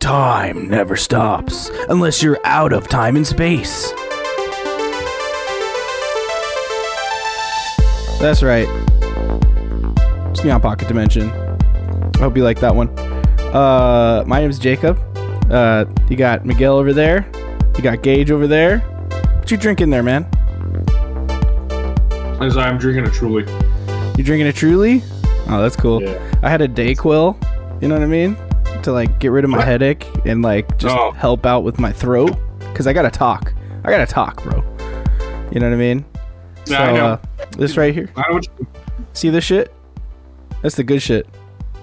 Time never stops unless you're out of time and space. That's right. It's Neon Pocket Dimension. I hope you like that one. Uh, my name's Jacob. Uh, you got Miguel over there. You got Gage over there. What you drinking there, man? As I'm drinking a truly. You drinking a Truly? Oh, that's cool. Yeah. I had a Dayquil. You know what I mean? To like get rid of my headache and like just Oh. help out with my throat, cause I gotta talk. I gotta talk, bro. You know what I mean? Yeah, I uh, know. this right here. I don't, See this shit? That's the good shit.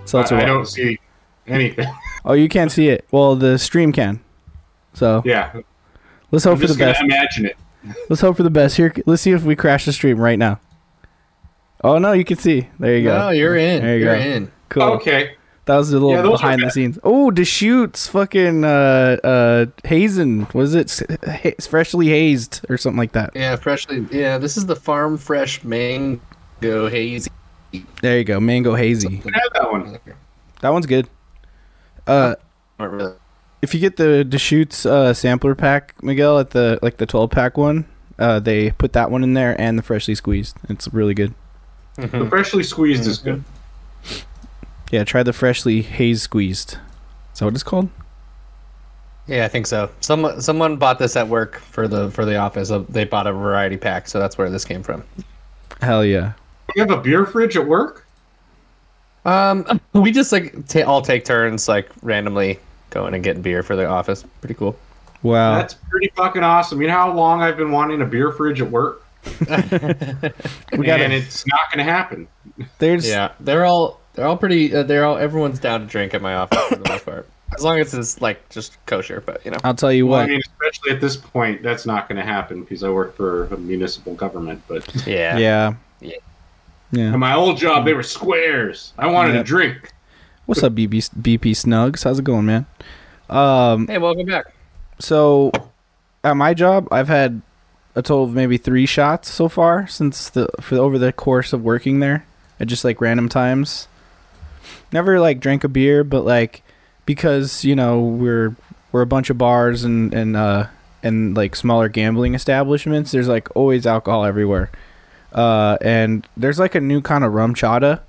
Seltzer I water. don't see anything. Oh, you can't see it. Well, the stream can. So Yeah. let's hope I'm for the just going best. to imagine it. Let's hope for the best. Here, let's see if we crash the stream right now. Oh no, you can see. There you go. No, you're in. There you you are go. in. cool. Okay. That was a little Yeah, those are behind the bad. scenes. Oh, Deschutes, fucking uh, uh, Hazen. Was it S- ha- freshly hazed or something like that? Yeah, freshly. Yeah, this is the farm fresh mango hazy. There you go, mango hazy. I have that one. That one's good. Uh, Not really. if you get the Deschutes uh, sampler pack, Miguel, at the like the twelve pack one, uh, they put that one in there and the freshly squeezed. It's really good. The freshly squeezed is good. Yeah, try the freshly haze squeezed. Is that what it's called? Yeah, I think so. Someone someone bought this at work for the for the office. Uh, They bought a variety pack, so that's where this came from. Hell yeah. You have a beer fridge at work? Um, we just like ta all take turns, like randomly going and getting beer for the office. Pretty cool. Wow. That's pretty fucking awesome. You know how long I've been wanting a beer fridge at work? we got and it. it's not going to happen. There's Yeah, they're all they're all pretty. Uh, they're all everyone's down to drink at my office for the most part, as long as it's like just kosher. But you know, I'll tell you Well, I what. mean, especially at this point, that's not going to happen because I work for a municipal government. But yeah, Yeah. Yeah. Yeah. at my old job, they were squares. I wanted Yep. a drink. What's up, BB, BP Snugs? How's it going, man? Um, Hey, welcome back. so at my job, I've had a total of maybe three shots so far since the for over the course of working there at just like random times. Never like drank a beer, but like because you know we're we're a bunch of bars and and uh and like smaller gambling establishments. There's like always alcohol everywhere, uh, and there's like a new kind of rum chata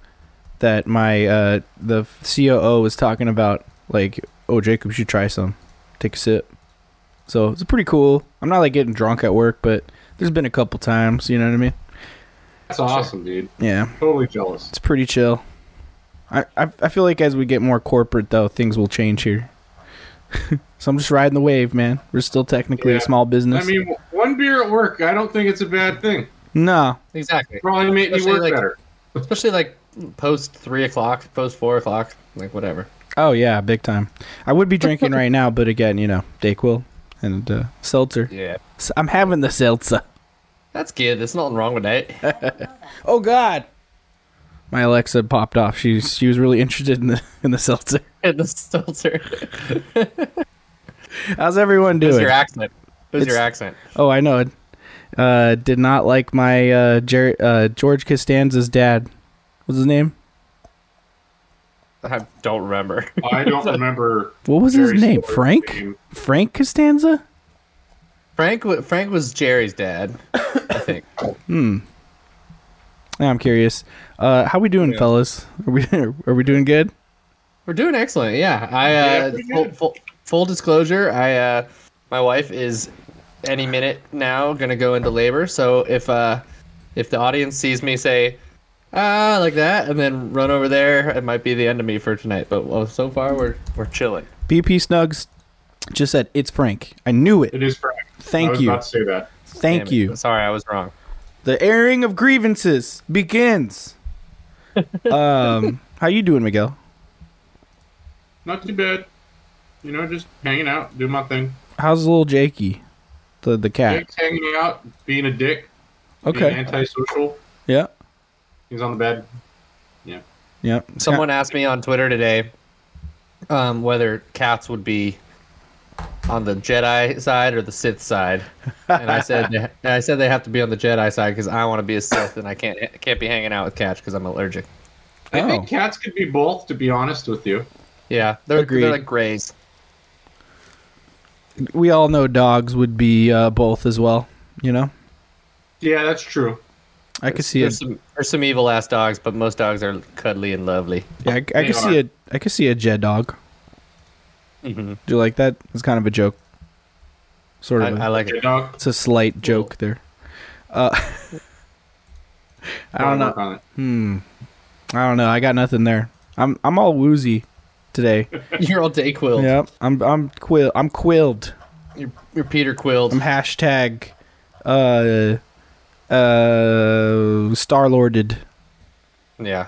that my uh the COO was talking about. Like, oh Jacob, you should try some. Take a sip. So it's pretty cool. I'm not like getting drunk at work, but there's been a couple times. You know what I mean? That's awesome, dude. Yeah, Totally jealous. it's pretty chill. I, I I feel like as we get more corporate though, things will change here. so I'm just riding the wave, man. We're still technically Yeah. a small business. I mean, w- one beer at work, I don't think it's a bad thing. no, Exactly. Probably made me Especially, work like- better. Especially like post three o'clock, post four o'clock, like whatever. oh yeah, big time. I would be drinking right now, but again, you know, Dayquil and uh, seltzer. Yeah, S- I'm having the seltzer. that's good. There's nothing wrong with that. Oh God. My Alexa popped off. She she was really interested in the in the seltzer. And the seltzer. How's everyone It doing? was your accent. It was It's- your accent. Oh, I know it. Uh, did not like my uh, Jer- uh, George Costanza's dad. What's his name? I don't remember. I don't remember. What was his Jerry name? Stewart's Frank? name. Frank Costanza? Frank. wa- Frank was Jerry's dad. I think. Now I'm curious. Uh, how we doing, fellas? Are we are we doing good? We're doing excellent. Yeah. I Yeah, uh, pretty full, good. full, full disclosure. I uh, my wife is any minute now gonna go into labor. So if uh, if the audience sees me say ah like that and then run over there, it might be the end of me for tonight. But well, so far we're we're chilling. BP Snugs just said it's Frank. I knew it. It is Frank. I Thank was you. about to say that. Thank Damn it. you. Sorry, I was wrong. The airing of grievances begins. um, how you doing, Miguel? Not too bad. You know, just hanging out, doing my thing. How's little Jakey, the the cat? Jake's hanging out, being a dick, being Okay. antisocial. Yeah. He's on the bed. Yeah. Someone asked me on Twitter today um, whether cats would be on the Jedi side or the Sith side, and I said and I said they have to be on the Jedi side because I want to be a Sith and I can't can't be hanging out with cats because I'm allergic. I Oh. think cats could be both, to be honest with you. Yeah, they're Agreed. they're like grays. We all know dogs would be uh, both as well. You know, Yeah, that's true. I could see it. There's some, there's some evil ass dogs, but most dogs are cuddly and lovely. Yeah, I, I They could see are. a I could see a Jed dog. Mm-hmm. Do you like that? It's kind of a joke. Sort I, of. a- I like Okay, it. dog. it's a slight joke there. Uh, I don't know. Work on it. Hmm. I don't know. I got nothing there. I'm I'm all woozy today. You're all day quill. Yep. I'm I'm quill. I'm quilled. You're, you're Peter Quill. I'm hashtag uh uh star lorded. Yeah.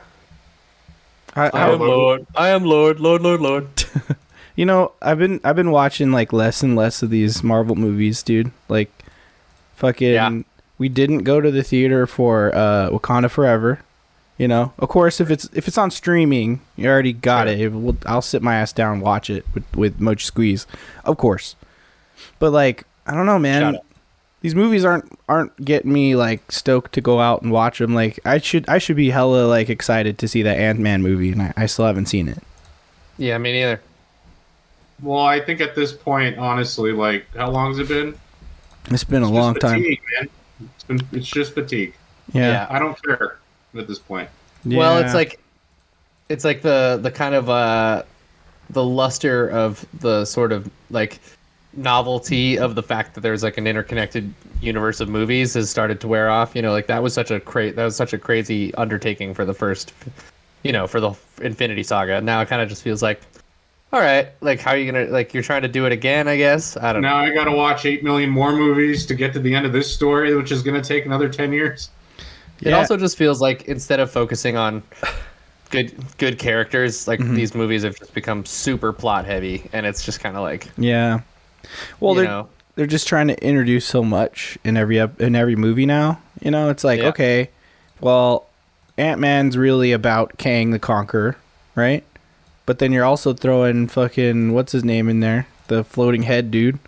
I, I am I, Lord. Lord. I am Lord. Lord. Lord. Lord. you know, I've been I've been watching like less and less of these Marvel movies, dude. Like fucking Yeah. we didn't go to the theater for uh Wakanda Forever. You know, of course, if it's if it's on streaming, you already got it. it will, I'll sit my ass down, and watch it with with Mochi Squeeze, of course. But like, I don't know, Shout man. These movies aren't aren't getting me like stoked to go out and watch them. Like, I should I should be hella like excited to see that Ant Man movie, and I, I still haven't seen it. Yeah, me neither. Well, I think at this point, honestly, like how long's it been? It's been a Just long time. fatigue, Man. It's, been, it's just fatigue. Yeah. I don't care at this point. Well, it's Yeah. like it's like the the kind of uh the luster of the sort of like novelty of the fact that there's like an interconnected universe of movies has started to wear off, you know, like that was such a cra- that was such a crazy undertaking for the first you know, for the Infinity Saga. Now it kind of just feels like all right, like how are you going to like you're trying to do it again, I guess. I don't know. Now I got to watch eight million more movies to get to the end of this story, which is going to take another ten years. It Yeah. also just feels like instead of focusing on good good characters, like Mm-hmm. these movies have just become super plot heavy, and it's just kind of like Yeah. Well, You they're know. they're just trying to introduce so much in every ep- in every movie now. You know, it's like Yeah. okay, well, Ant Man's really about Kang the Conqueror, right? But then you're also throwing fucking what's his name in there, the floating head dude.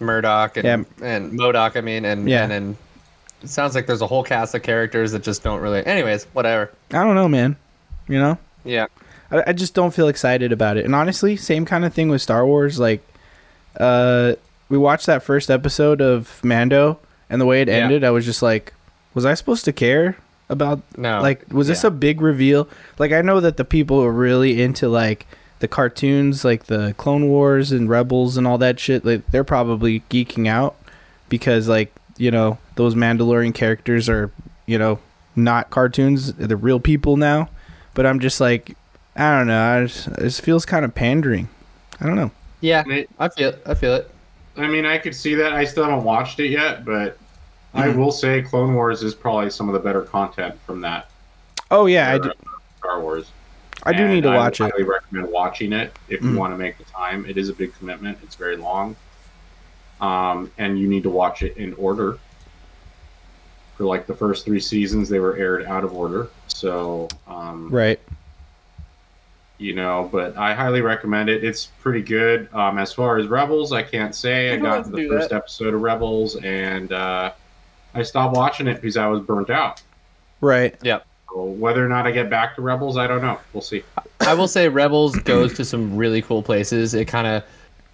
Murdoch and Yeah. and Modoc. I mean, and Yeah. and then it sounds like there's a whole cast of characters that just don't really. Anyways, whatever. I don't know, man. You know, Yeah, I, I just don't feel excited about it. And honestly, same kind of thing with Star Wars. Like, uh, we watched that first episode of Mando, and the way it Yeah. ended, I was just like, was I supposed to care about no. like was this Oh, yeah. a big reveal like i know that the people are really into like the cartoons like the clone wars and rebels and all that shit like they're probably geeking out because like you know those mandalorian characters are you know not cartoons they're real people now but i'm just like i don't know I just, it just feels kind of pandering i don't know Yeah, And it- I feel it. I feel it. I mean, I could see that. I still haven't watched it yet, but I Hmm. will say Clone Wars is probably some of the better content from that. oh yeah i do, era of Star Wars. I do And need to watch I it highly recommend watching it if Mm. you want to make the time. It is a big commitment. It's very long, um, and you need to watch it in order. For like the first three seasons, they were aired out of order, so um, right you know. But I highly recommend it. It's pretty good. Um, as far as Rebels, I can't say I You don't got have to to the do first that. episode of Rebels, and uh, I stopped watching it because I was burnt out. right So whether or not I get back to Rebels, I don't know. We'll see. I will say Rebels goes to some really cool places. It kind of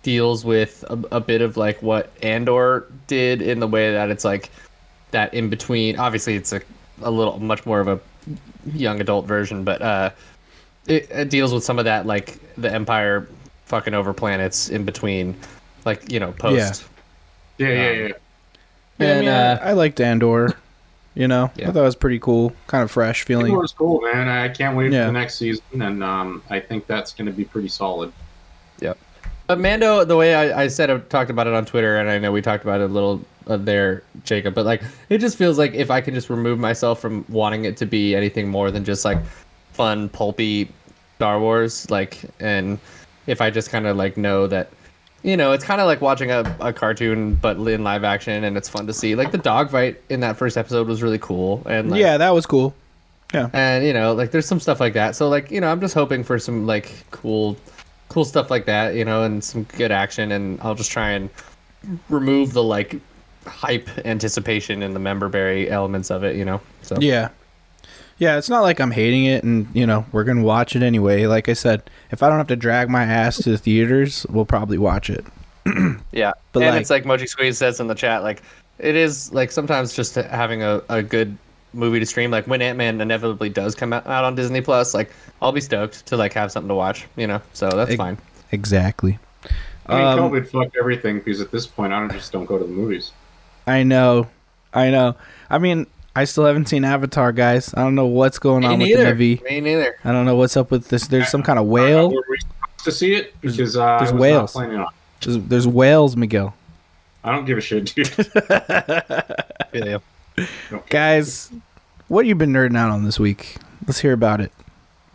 deals with a, a bit of like what Andor did in the way that it's like that in between. Obviously, it's a, a little much more of a young adult version, but uh, it, it deals with some of that like the Empire fucking over planets in between, like you know post. Yeah, yeah, Um, yeah. yeah, I, And, mean, uh, I, I liked andor you know Yeah. i thought it was pretty cool kind of fresh feeling It was cool, man. I can't wait Yeah. for the next season, and um, I think that's going to be pretty solid. But Uh, Mando, the way I, I said, I talked about it on Twitter, and I know we talked about it a little uh, there, Jacob. But like, it just feels like if I can just remove myself from wanting it to be anything more than just like fun, pulpy Star Wars, like, and if I just kind of like know that, you know, it's kind of like watching a, a cartoon but in live action, and it's fun to see. Like the dogfight in that first episode was really cool, and like, yeah that was cool and you know like there's some stuff like that so like you know i'm just hoping for some like cool cool stuff like that you know and some good action and i'll just try and remove the like hype anticipation and the member berry elements of it you know so Yeah. Yeah, it's not like I'm hating it, and you know we're gonna watch it anyway. Like I said, if I don't have to drag my ass to the theaters, we'll probably watch it. Yeah, But, and like- it's like Moji Squeeze says in the chat, like it is like sometimes just having a, a good movie to stream. Like when Ant Man inevitably does come out, out on Disney Plus, like I'll be stoked to like have something to watch. You know, so that's Ex- fine. Exactly. I mean, Um, COVID fucked everything because at this point, I don't just don't go to the movies. I know, I know. I mean, I still haven't seen Avatar, guys. I don't know what's going on with the movie. Me neither. I don't know what's up with this. There's some kind of I don't know whale. where we to see it because uh, there's I was whales. Not planning on. it. There's, there's whales, Miguel. I don't give a shit, dude. Feel you. Guys, what you been nerding out on this week? Let's hear about it.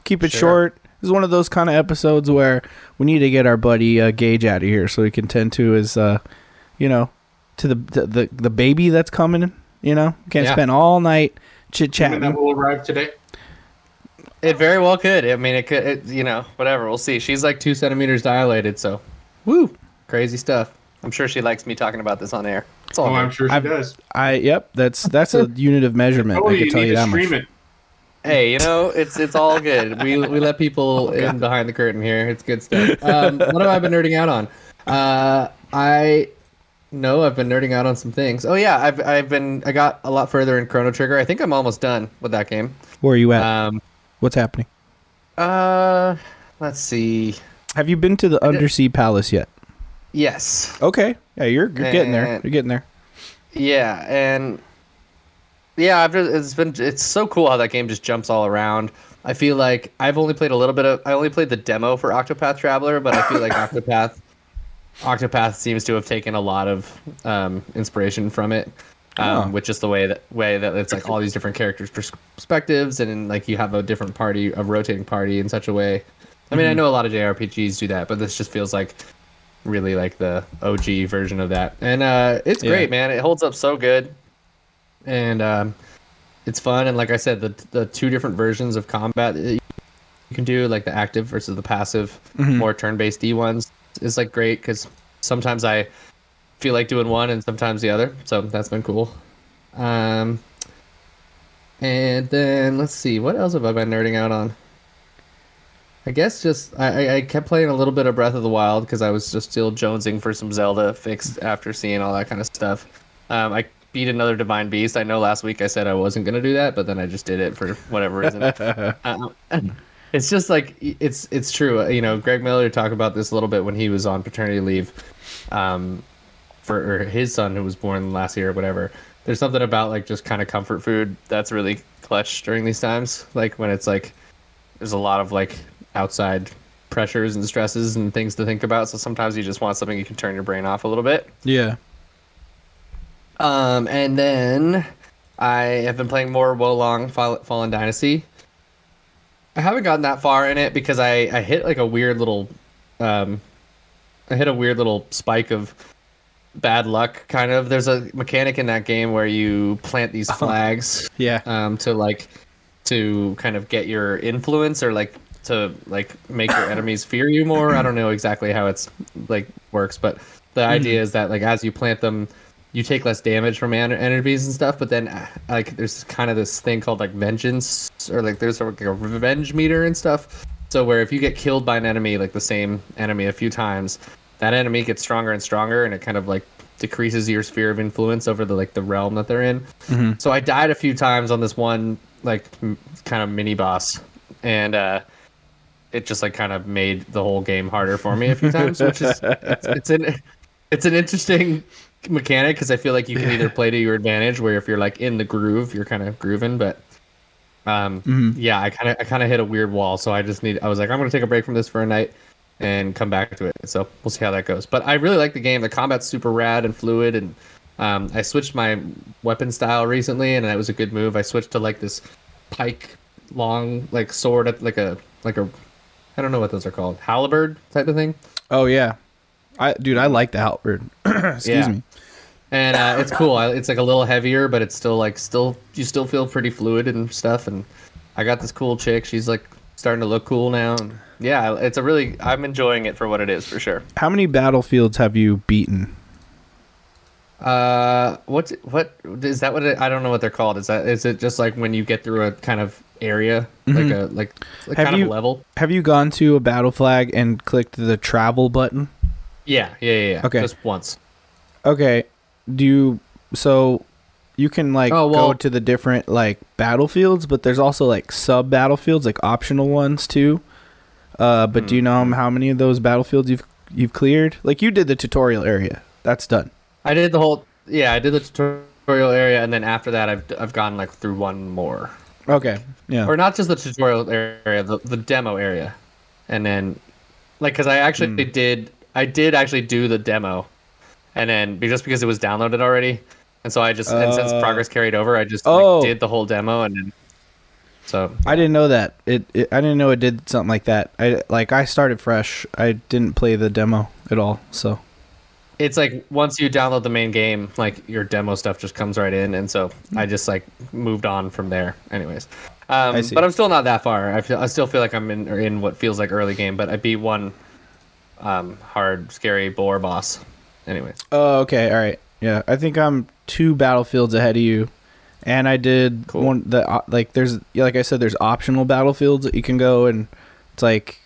Keep it Sure. short. This is one of those kind of episodes where we need to get our buddy uh, Gage out of here so he can tend to his, uh, you know, to the the, the the baby that's coming. You know, can't Yeah. spend all night chit Even that chatting. will arrive today. It very well could. I mean, it could. It, you know, whatever. We'll see. She's like two centimeters dilated, so woo, crazy stuff. I'm sure she likes me talking about this on air. It's all Oh, I'm good. sure she I've- does. I yep, that's that's a unit of measurement. Oh, I you can need tell you to that stream much. it. Hey, you know, it's it's all good. We we let people in behind the curtain here. It's good stuff. Um, what have I been nerding out on? Uh, I know I've been nerding out on some things. Oh yeah, I've I've been I got a lot further in Chrono Trigger. I think I'm almost done with that game. Where are you Uh, at? Um, What's happening? uh, let's see. Have you been to the Undersea Palace yet? Yes, Okay, yeah, you're, you're getting there. Uh, You're getting there. Yeah, and yeah, I've just, it's been it's so cool how that game just jumps all around. I feel like I've only played a little bit of I only played the demo for Octopath Traveler, but I feel like Octopath Octopath seems to have taken a lot of um, inspiration from it. Oh. Um, with just the way that way that it's like all these different characters' pers- perspectives, and like you have a different party, a rotating party in such a way. I mean, I know a lot of JRPGs do that, but this just feels like really like the OG version of that. And uh, it's Yeah. great, man. It holds up so good, and um, it's fun. And like I said, the the two different versions of combat that you can do, like the active versus the passive, more turn based D ones, is like great because sometimes I feel like doing one and sometimes the other. So that's been cool. Um, and then let's see, what else have I been nerding out on? I guess just I, I- I kept playing a little bit of Breath of the Wild because I was just still jonesing for some Zelda fixed after seeing all that kind of stuff. Um, I beat another Divine Beast. I know last week I said I wasn't gonna do that, but then I just did it for whatever reason. Uh, it's just like it's it's true. Uh, You know, Greg Miller talked about this a little bit when he was on paternity leave. Um, for or his son who was born last year or whatever. There's something about like just kind of comfort food that's really clutch during these times. Like when it's like there's a lot of like outside pressures and stresses and things to think about. So sometimes you just want something you can turn your brain off a little bit. Yeah. Um, and then I have been playing more Wulong Fall- Fallen Dynasty. I haven't gotten that far in it because I, I hit like a weird little, um, I hit a weird little spike of bad luck. Kind of. There's a mechanic in that game where you plant these flags Yeah. um, to like to kind of get your influence or like to like make your enemies fear you more. I don't know exactly how it's like works, but the idea is that like as you plant them, you take less damage from en- enemies and stuff. But then uh, like there's kind of this thing called like vengeance or like there's like a revenge meter and stuff. So where if you get killed by an enemy, like the same enemy a few times, that enemy gets stronger and stronger, and it kind of like decreases your sphere of influence over the like the realm that they're in. So I died a few times on this one like m- kind of mini boss, and uh, it just like kind of made the whole game harder for me a few times, which is it's, it's an it's an interesting mechanic because I feel like you can either play to your advantage, where if you're like in the groove, you're kind of grooving, but um, yeah, I kind of I kind of hit a weird wall, so I just need I was like I'm gonna take a break from this for a night and come back to it. So we'll see how that goes. But I really like the game. The combat's super rad and fluid, and um, I switched my weapon style recently, and that was a good move. I switched to like this pike, long like sword, at like a like a I don't know what those are called, halberd type of thing. Oh yeah, I dude, I like the halberd. Excuse Yeah. me. and uh, it's cool. I- It's like a little heavier, but it's still like still you still feel pretty fluid and stuff. And I got this cool chick. She's like starting to look cool now. And yeah, it's a really I'm enjoying it for what it is for sure. How many battlefields have you beaten? Uh, what what is that? What it, I don't know what they're called. Is that is it just like when you get through a kind of area, like a like, like Mm-hmm. Have kind you- of a level. Have you gone to a battle flag and clicked the travel button? Yeah, yeah, yeah. yeah. Okay. just once. Okay. Do you so you can like Oh, go well- to the different like battlefields, but there's also like sub battlefields, like optional ones too. Uh, but do you know Hmm. how many of those battlefields you've you've cleared? Like you did the tutorial area. That's done. I did the whole yeah. I did the tutorial area, and then after that, I've I've gone like through one more, Okay. Yeah. or not just the tutorial area, the, the demo area, and then like because I actually Hmm. did I did actually do the demo, and then be- just because it was downloaded already, and so I just and since Uh, progress carried over, I just oh. like, did the whole demo, and then so I didn't know that. It, it I didn't know it did something like that. I like I started fresh. I didn't play the demo at all. So it's like once you download the main game, like your demo stuff just comes right in, and so I just like moved on from there. Anyways, um, Hmm. I see. but I'm still not that far. I, feel, I still feel like I'm in or in what feels like early game, but I beat one um, hard, scary boar boss. Anyways, Oh, okay. All right. Yeah, I think I'm two battlefields ahead of you, and I did Cool. one. The uh, like, there's yeah, like I said, there's optional battlefields that you can go, and it's like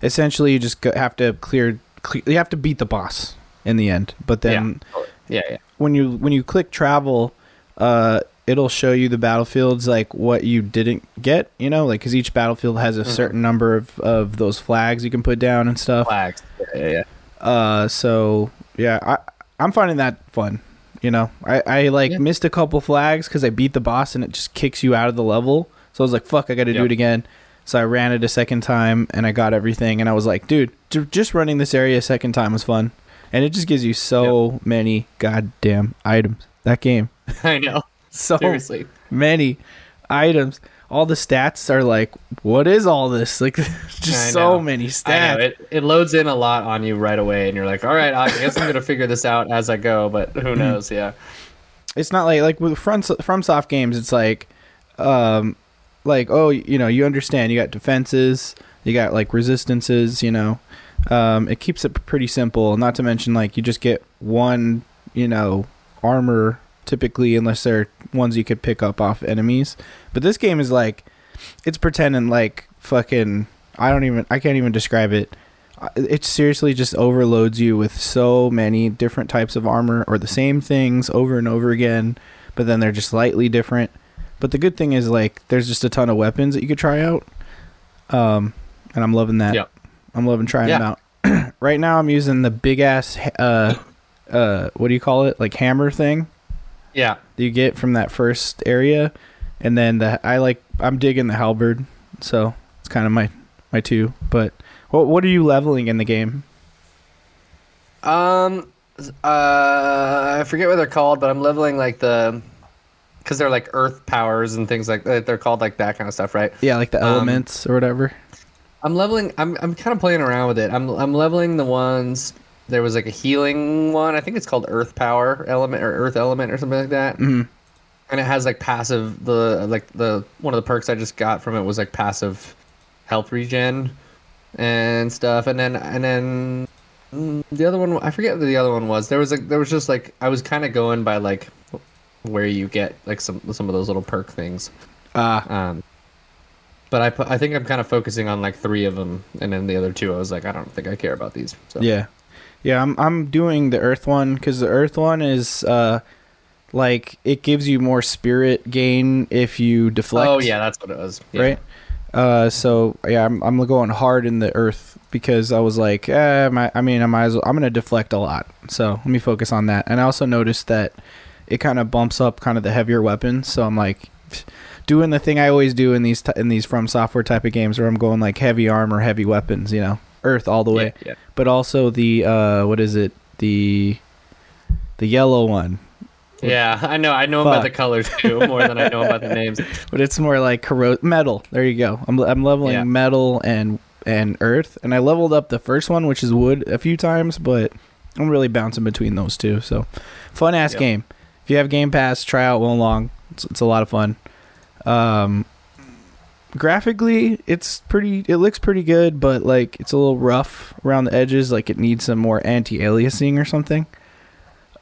essentially you just go, have to clear, cle You have to beat the boss in the end, but then yeah, yeah, when you when you click travel, uh, it'll show you the battlefields like what you didn't get. You know, like because each battlefield has a certain number of of those flags you can put down and stuff. flags. Yeah, yeah, yeah. Uh, so yeah, I I'm finding that fun. You know, I I like Yeah. missed a couple flags because I beat the boss and it just kicks you out of the level. So I was like, fuck, I got to do Yep. it again. So I ran it a second time and I got everything. And I was like, dude, ju- just running this area a second time was fun. And it just gives you so many goddamn items. That game, I know. so Seriously, many items. All the stats are like, what is all this? Like, I just so know. many I stats. know it. It loads in a lot on you right away, and you're like, all right, I guess I'm gonna figure this out as I go. But who Hmm. knows? Yeah, it's not like like with from from soft games it's like um like oh you know you understand you got defenses you got like resistances you know um it keeps it pretty simple not to mention like you just get one you know armor typically unless they're ones you could pick up off enemies but this game is like it's pretending like fucking i don't even i can't even describe it Uh, it seriously just overloads you with so many different types of armor or the same things over and over again but then they're just slightly different but the good thing is like there's just a ton of weapons that you could try out um and i'm loving that Yep. i'm loving trying them Yeah. out right now i'm using the big ass uh uh what do you call it like hammer thing yeah. that you get from that first area, and then the I like I'm digging the halberd, so it's kind of my my two. But what what are you leveling in the game? Um, uh, I forget what they're called, but I'm leveling like the, because they're like earth powers and things like that. They're called like that kind of stuff, right? Yeah, like the Um, elements or whatever. I'm leveling. I'm I'm kind of playing around with it. I'm I'm leveling the ones. There was like a healing one. I think it's called Earth Power Element or Earth Element or something like that. Mhm. And it has like passive the like the one of the perks I just got from it was like passive health regen and stuff. And then and then mm, the other one I forget what the other one was. There was like there was just like I was kind of going by like where you get like some some of those little perk things. Ah, Um, but I, pu- I think I'm kind of focusing on like three of them, and then the other two, I was like, I don't think I care about these. So. yeah, yeah. I'm I'm doing the earth one because the earth one is uh like it gives you more spirit gain if you deflect. Oh yeah, that's what it was. Yeah. right? Uh, so yeah, I'm I'm going hard in the earth because I was like, eh, my, I mean, I might as well. I'm gonna deflect a lot, so let me focus on that. And I also noticed that it kind of bumps up kind of the heavier weapons. So I'm like, doing the thing I always do in these t- in these from software type of games where I'm going like heavy armor, heavy weapons, you know, earth all the way. Yeah, yeah. But also the uh, what is it? The the yellow one, Yeah, I know. I know about the Fuck. colors too more than I know about the names. but it's more like corro- metal. There you go. I'm, I'm leveling Yeah. metal and and earth, and I leveled up the first one, which is wood, a few times, but I'm really bouncing between those two. So, fun ass Yep. game. If you have Game Pass, try out one long. It's, it's a lot of fun. Um, graphically, it's pretty. It looks pretty good, but like it's a little rough around the edges. Like it needs some more anti-aliasing or something.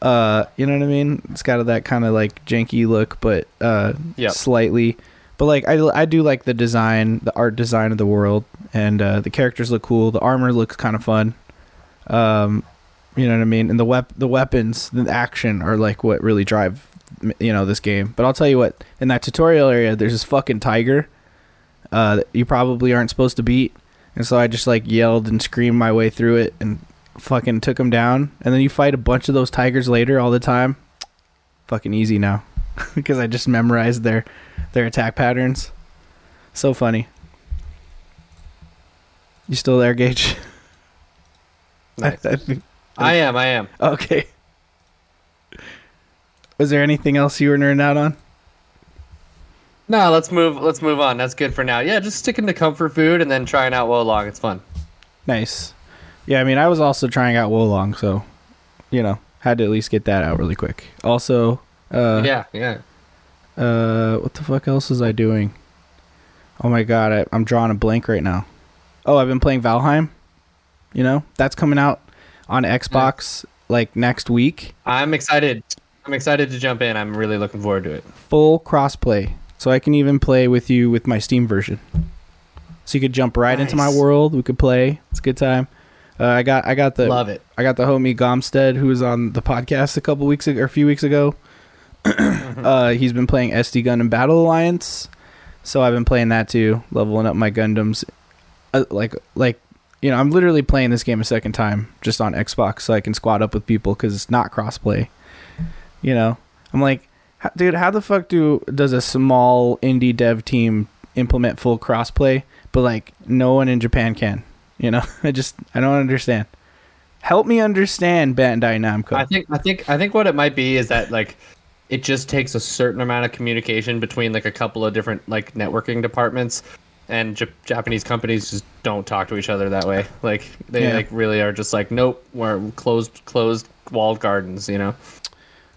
Uh, you know what I mean? It's got that kind of like janky look, but uh, Yep. slightly. But like I, I do like the design, the art design of the world, and uh, the characters look cool. The armor looks kind of fun. Um, you know what I mean. And the wep- the weapons, the action are like what really drive m- you know this game. But I'll tell you what, in that tutorial area, there's this fucking tiger. Uh, that you probably aren't supposed to beat, and so I just like yelled and screamed my way through it and fucking took him down. And then you fight a bunch of those tigers later all the time. Fucking easy now, because I just memorized their their attack patterns. So funny. You still there, Gage? Nice. I am. I am. okay. Was there anything else you were nerding out on? No, let's move. Let's move on. That's good for now. Yeah, just sticking to comfort food and then trying out Wolong. It's fun. Nice. Yeah, I mean, I was also trying out Wolong, so you know, had to at least get that out really quick. Also, uh, yeah, yeah. uh, what the fuck else was I doing? Oh my god, I, I'm drawing a blank right now. Oh, I've been playing Valheim. You know, that's coming out on Xbox like next week. I'm excited. I'm excited to jump in. I'm really looking forward to it. full crossplay, so I can even play with you with my Steam version. So you could jump right into my Nice. world. We could play. It's a good time. Uh, I got I got the Love it. I got the homie Gomstead who was on the podcast a couple weeks ago or a few weeks ago. uh, he's been playing SD Gun and Battle Alliance, so I've been playing that too, leveling up my Gundams. Uh, like like you know, I'm literally playing this game a second time just on Xbox so I can squad up with people because it's not crossplay. You know, I'm like, "H- dude, how the fuck do does a small indie dev team implement full crossplay, but like no one in Japan can? You know, I just I don't understand. Help me understand Bandai Namco. I think. I think. I think what it might be is that like, it just takes a certain amount of communication between like a couple of different like networking departments, and J- Japanese companies just don't talk to each other that way. Like they Yeah. like really are just like, nope, we're closed, closed walled gardens. You know.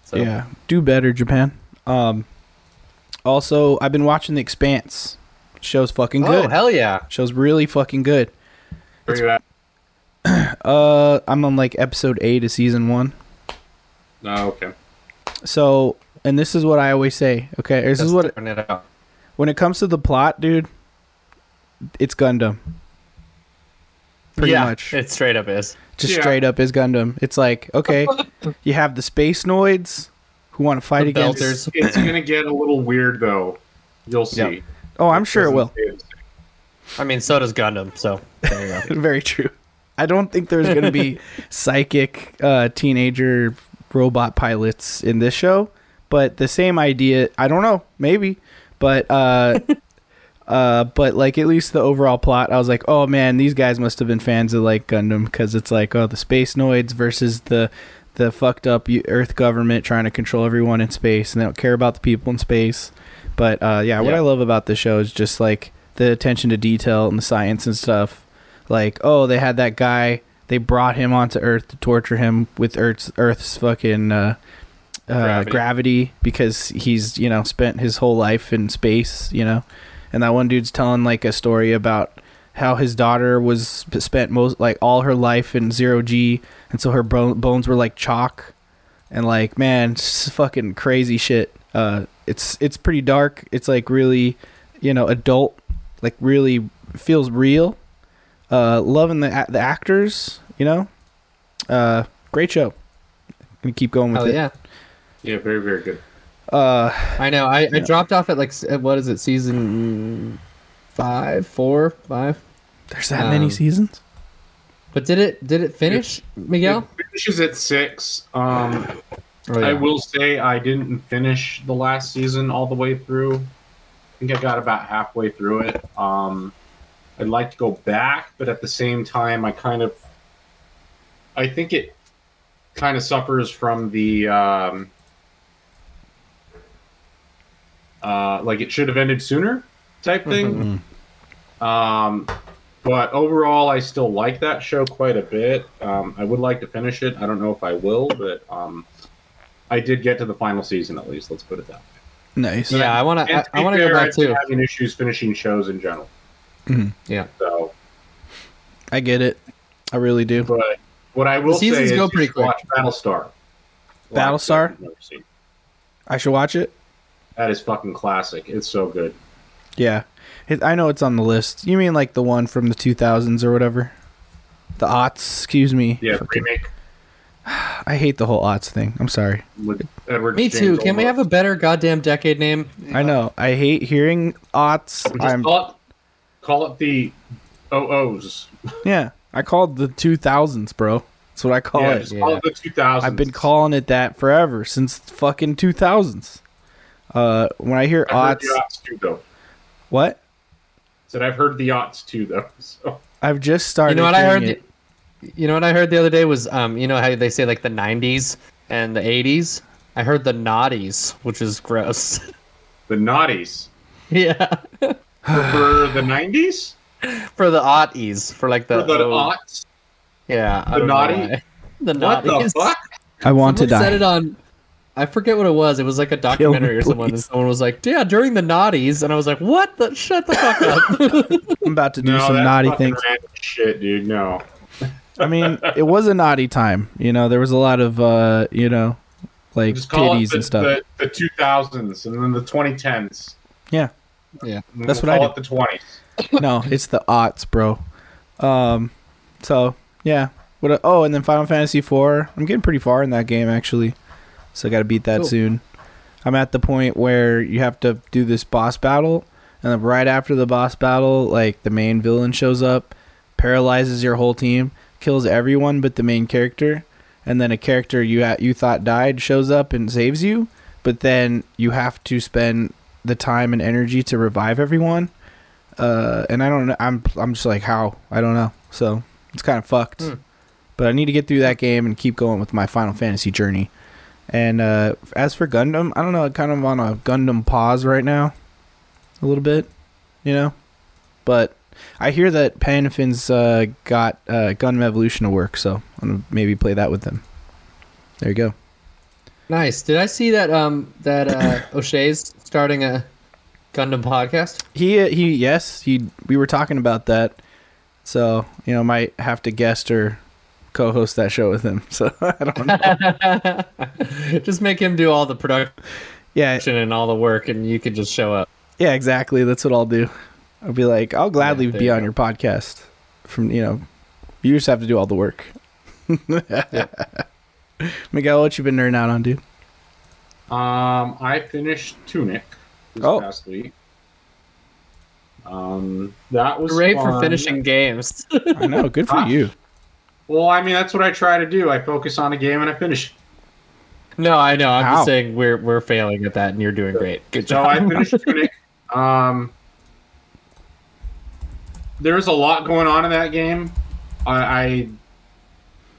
So, Yeah, do better, Japan. Um, also, I've been watching The Expanse. Show's fucking Oh good. hell yeah! Show's really fucking good. Where you at? Uh, I'm on like episode eight of season one. Oh, okay. So, and this is what I always say. Okay, this is Just what throwing it out. when it comes to the plot, dude. It's Gundam. Pretty yeah, much. It straight up is. just Yeah. straight up is Gundam. It's like, okay, you have the space noids who want to fight The against. Belters. It's gonna get a little weird though. You'll see. Yep. Oh, I'm sure it will. I mean, so does Gundam. So there you go. Very true. I don't think there's going to be psychic uh, teenager robot pilots in this show, but the same idea. I don't know, maybe, but uh, uh, but like at least the overall plot, I was like, oh man, these guys must have been fans of like Gundam because it's like oh the space noids versus the the fucked up U- Earth government trying to control everyone in space and they don't care about the people in space. But uh, yeah, what Yeah. I love about this show is just like the attention to detail and the science and stuff. Like, oh, they had that guy. They brought him onto Earth to torture him with Earth's Earth's fucking uh, uh, Gravity. gravity because he's you know spent his whole life in space. You know, and that one dude's telling like a story about how his daughter was sp- spent most like all her life in zero g, and so her bro- bones were like chalk, and like man, s fucking crazy shit. Uh, it's it's pretty dark. It's like really, you know, adult. Like really feels real. Uh, loving the a- the actors. You know, uh, great show. Gonna keep going with Hell it. yeah! Yeah, very very good. Uh, I know. I, I dropped off at like s- at what is it? Season five, four, five. there's that many Um, seasons. But did it did it finish, Miguel? It finishes at six. Um, Oh, yeah. I will say I didn't finish the last season all the way through. I think I got about halfway through it. Um, I'd like to go back, but at the same time, I kind of, I think it kind of suffers from the, um, uh, like it should have ended sooner type thing. Mm. Um, but overall, I still like that show quite a bit. Um, I would like to finish it. I don't know if I will, but um, I did get to the final season at least. Let's put it that way. Nice. Yeah, I want to. I, And to I be want to go fair, back I've been too. Mm-hmm. Having issues finishing shows in general. Yeah, So, I get it. I really do. but what I will The seasons say go is pretty you should watch Battlestar. Battlestar? Like, I should watch it. That is fucking classic. It's so good. Yeah, it, I know it's on the list. You mean like the one from the 2000s or whatever? The aughts, excuse me. Yeah, Fucking- remake I hate the whole aughts thing. I'm sorry. with Edward. Me too. James Can we Olmos. have a better goddamn decade name? I know. I hate hearing aughts. Just I'm call it, call it the OOs. yeah. I called the 2000s, bro. That's what I call yeah, it. just call it the 2000s. Oh, I've been calling it that forever since fucking 2000s. Uh, when I hear aughts, I've heard the aughts too, though. what? Said I've heard the aughts too, though. So I've just started. You know what I heard? hearing it. the- you know what I heard the other day was um, you know how they say like the '90s and the '80s. I heard the naughties, which is gross. the naughties yeah, for the 90s, for the aughties, for like the, for the oh, aughts. yeah, I the don't know naughty? why. the What the naughties. fuck? I want to Someone said die. it on. I forget what it was. It was like a documentary or someone. And please. someone was like, "Yeah, during the naughties," and I was like, "What? The, shut the fuck up!" I'm about to do no, some that's naughty fucking things. random Shit, dude. No. I mean, it was a naughty time. You know, there was a lot of uh, you know, like Just call it titties the, and stuff. the, the 2000s and then the 2010s. Yeah. yeah, And That's we'll what I call it. The 20s. no, it's the aughts, bro. Um, so yeah. What? A, oh, and then Final Fantasy IV. I'm getting pretty far in that game actually, so I got to beat that Cool. soon. I'm at the point where you have to do this boss battle, and then right after the boss battle, like the main villain shows up, paralyzes your whole team, kills everyone but the main character, and then a character you at you thought died shows up and saves you, but then you have to spend the time and energy to revive everyone uh, and I don't know. I'm I'm just like how I don't know. So it's kind of fucked. Hmm. But I need to get through that game and keep going with my Final Fantasy journey. And uh, as for Gundam, I don't know. Kind of on a Gundam pause right now, a little bit, you know. But I hear that Panafin's uh, got uh, Gundam Evolution to work, so I'm gonna maybe play that with them. There you go. nice. Did I see that? Um, that uh, O'Shea's starting a Gundam podcast. He uh, he yes, he we were talking about that. So, you know, might have to guest or co-host that show with him. So, I don't know. just make him do all the production Yeah, and all the work, and you could just show up. yeah, exactly. That's what I'll do. I'll be like, I'll gladly Yeah, there be you on go. your podcast from, you know, you just have to do all the work. Miguel, what you been nerding out on, dude? Um, I finished Tunic this Oh. past week. Um, that was Hooray for fun. finishing games. I know, good for Ah. you. Well, I mean, that's what I try to do. I focus on a game and I finish. no, I know. I'm Ow. just saying we're we're failing at that, and you're doing great. Good So job. I finished Tunic. Um, there's a lot going on in that game. I, I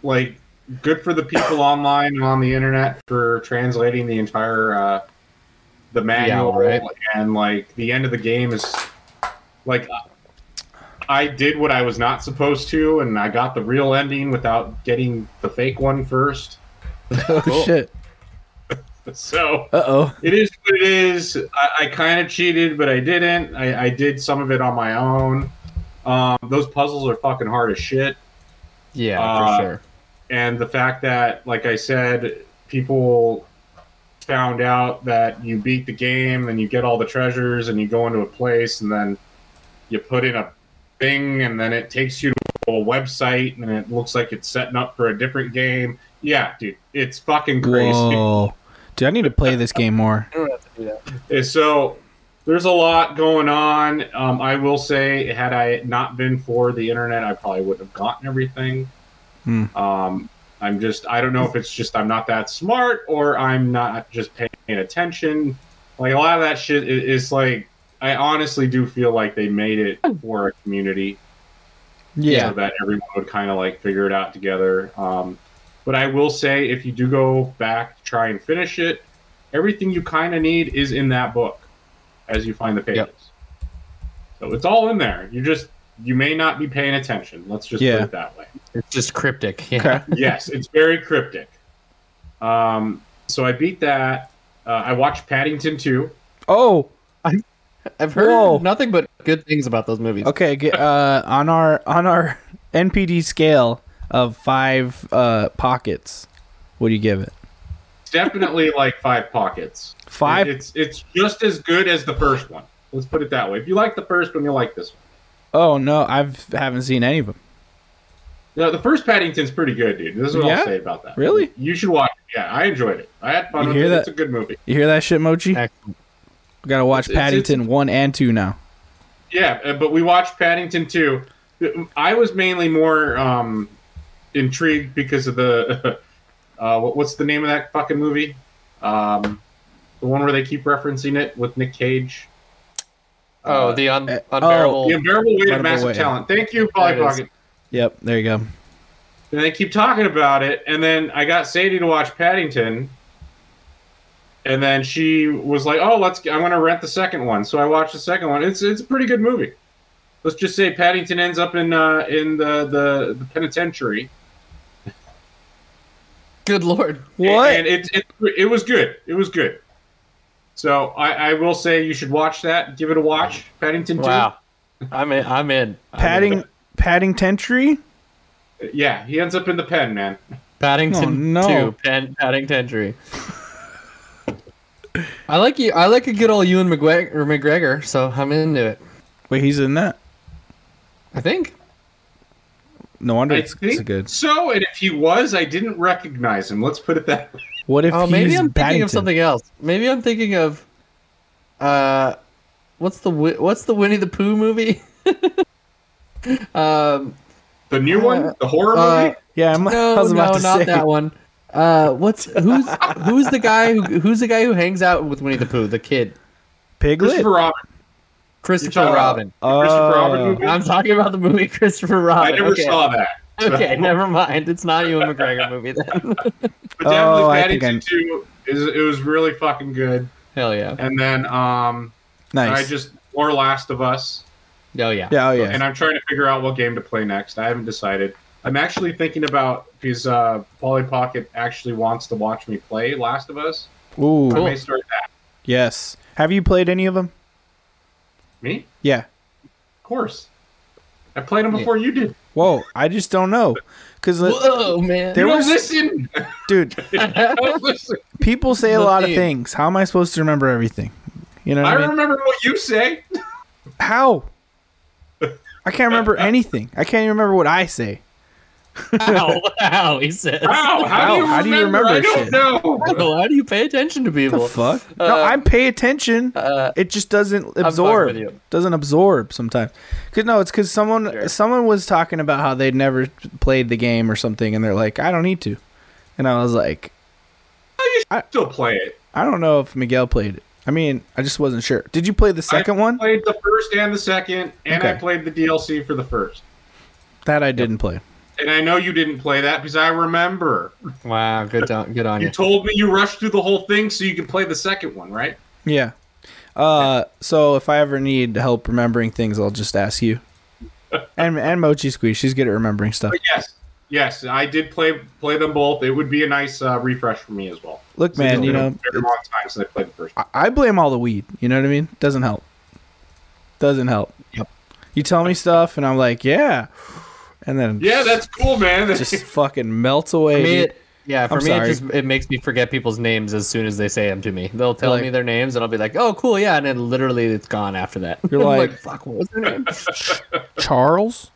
like good for the people online and on the internet for translating the entire uh, the manual right. and like the end of the game is like I did what I was not supposed to and I got the real ending without getting the fake one first. Oh, Cool. shit. So Uh-oh. it is what it is. I, I kind of cheated, but I didn't. I, I did some of it on my own. Um, those puzzles are fucking hard as shit. yeah, Uh, for sure. And the fact that, like I said, people found out that you beat the game and you get all the treasures and you go into a place and then you put in a thing and then it takes you to a website and it looks like it's setting up for a different game. Yeah, dude, it's fucking crazy. Whoa. Dude, I need to play this game more. I don't have to do that. Uh, So there's a lot going on. Um, I will say, had I not been for the internet, I probably wouldn't have gotten everything. Hmm. Um, I'm just, I don't know if it's just I'm not that smart or I'm not just paying attention. Like a lot of that shit is, is like, I honestly do feel like they made it for a community Yeah. so that everyone would kind of like figure it out together. Um, but I will say, if you do go back to try and finish it, everything you kind of need is in that book as you find the pages. Yep. So it's all in there. You just you may not be paying attention. Let's just put Yeah. it that way. It's just cryptic. Yeah. Okay. yes, it's very cryptic. Um, so I beat that. Uh, I watched Paddington 2. Oh, I've heard Whoa. nothing but good things about those movies. Okay, get, uh, on our on our NPD scale of five uh, pockets, what do you give it? It's definitely like five pockets. Five? It's it's just as good as the first one. Let's put it that way. If you like the first one, you'll like this one. Oh no, I've haven't seen any of them. No, the first Paddington's pretty good, dude. This is what Yeah? I'll say about that. Really? You should watch it. Yeah, I enjoyed it. I had fun You with hear it. that? It's a good movie. You hear that shit, Mochi? We Excellent. gotta watch It's- it's- it's- Paddington one and two now. Yeah, uh, but we watched Paddington 2. I was mainly more um, intrigued because of the. Uh, what, what's the name of that fucking movie? Um, the one where they keep referencing it with Nick Cage. Oh, Uh, the un- uh, unbearable. The Unbearable Weight of Unbearable Massive Weight. Talent. Thank you, Polly There it is. Pocket. Yep, there you go. And they keep talking about it. And then I got Sadie to watch Paddington. And then she was like, "Oh, let's. I want to rent the second one." So I watched the second one. It's it's a pretty good movie. Let's just say Paddington ends up in uh, in the, the the penitentiary. Good lord. What? And it, it it was good. It was good. So I, I will say you should watch that. Give it a watch, Paddington. 2. Wow. I'm in. I'm in. I'm Padding in. Padding Tentry? Yeah, he ends up in the pen, man. Paddington Oh, no. two. Pan, Paddington three. I like you. I like a good old Ewan McGregor, McGregor. So I'm into it. Wait, he's in that. I think. No wonder I it's, it's think good. So, and if he was, I didn't recognize him. Let's put it that way. What if Oh, he's maybe I'm thinking Paddington? of something else. Maybe I'm thinking of, uh, what's the Wi- what's the Winnie the Pooh movie? um, The new one, the horror uh, movie. Yeah, I'm, no, I was about no, to not say. that one. Uh, what's who's who's the guy who who's the guy who hangs out with Winnie the Pooh? The kid, Piglet. Christopher Robin. Christopher talking about- Robin. The Christopher Robin Oh. movie? I'm talking about the movie Christopher I Robin. never okay. saw that. Okay, never mind. It's not you and McGregor movie then. But definitely Oh, I think Paddington I'm- Two is it was really fucking good. Hell yeah. And then um, I Nice. just or Last of Us, Oh yeah. yeah, oh yeah. and I'm trying to figure out what game to play next. I haven't decided. I'm actually thinking about because uh, Polly Pocket actually wants to watch me play Last of Us. Ooh, I Cool. may start that. yes. Have you played any of them? Me, Yeah. of course. I played them Yeah. before you did. Whoa, I just don't know. Cause uh, Whoa, man. There you was- don't listen. dude, I don't listen. people say a The lot of theme. things. How am I supposed to remember everything? You know what I I mean? remember what you say. How? I can't remember anything. I can't even remember what I say. Ow, ow, he says. Wow, how, Wow, how do you remember? I don't shit? know. Well, How do you pay attention to The people? fuck? no, uh, I pay attention. uh, it just doesn't fucking absorb. with you. Doesn't absorb sometimes. Cause no, it's cause someone Sure. someone was talking about how they'd never played the game or something, and they're like, I don't need to. And I was like, Still play it. I don't know if Miguel played it. I mean, I just wasn't sure. Did you play the second one? played the first and the second, and I Okay. played the DLC for the first. That I didn't play. And I know you didn't play that because I remember Wow, good on, good on you you. told me you rushed through the whole thing so you could play the second one, right? Yeah. Uh, so if I ever need help remembering things, I'll just ask you. and and Mochi Squeeze, she's good at remembering stuff. But yes, yes, I did play play them both. It would be a nice uh, refresh for me as well. Look, It's been man, you a know, very long time since I played the first. I- I blame all the weed. You know what I mean? Doesn't help. Doesn't help. Yep. You tell me stuff, and I'm like, yeah, and then Yeah, that's cool, man. it just fucking melts away. For me, dude. it, yeah, for I'm me, sorry. it just it makes me forget people's names as soon as they say them to me. They'll tell Like- me their names, and I'll be like, "Oh, cool, yeah," and then literally it's gone after that. You're I'm like- "Fuck, what was their name?" Charles.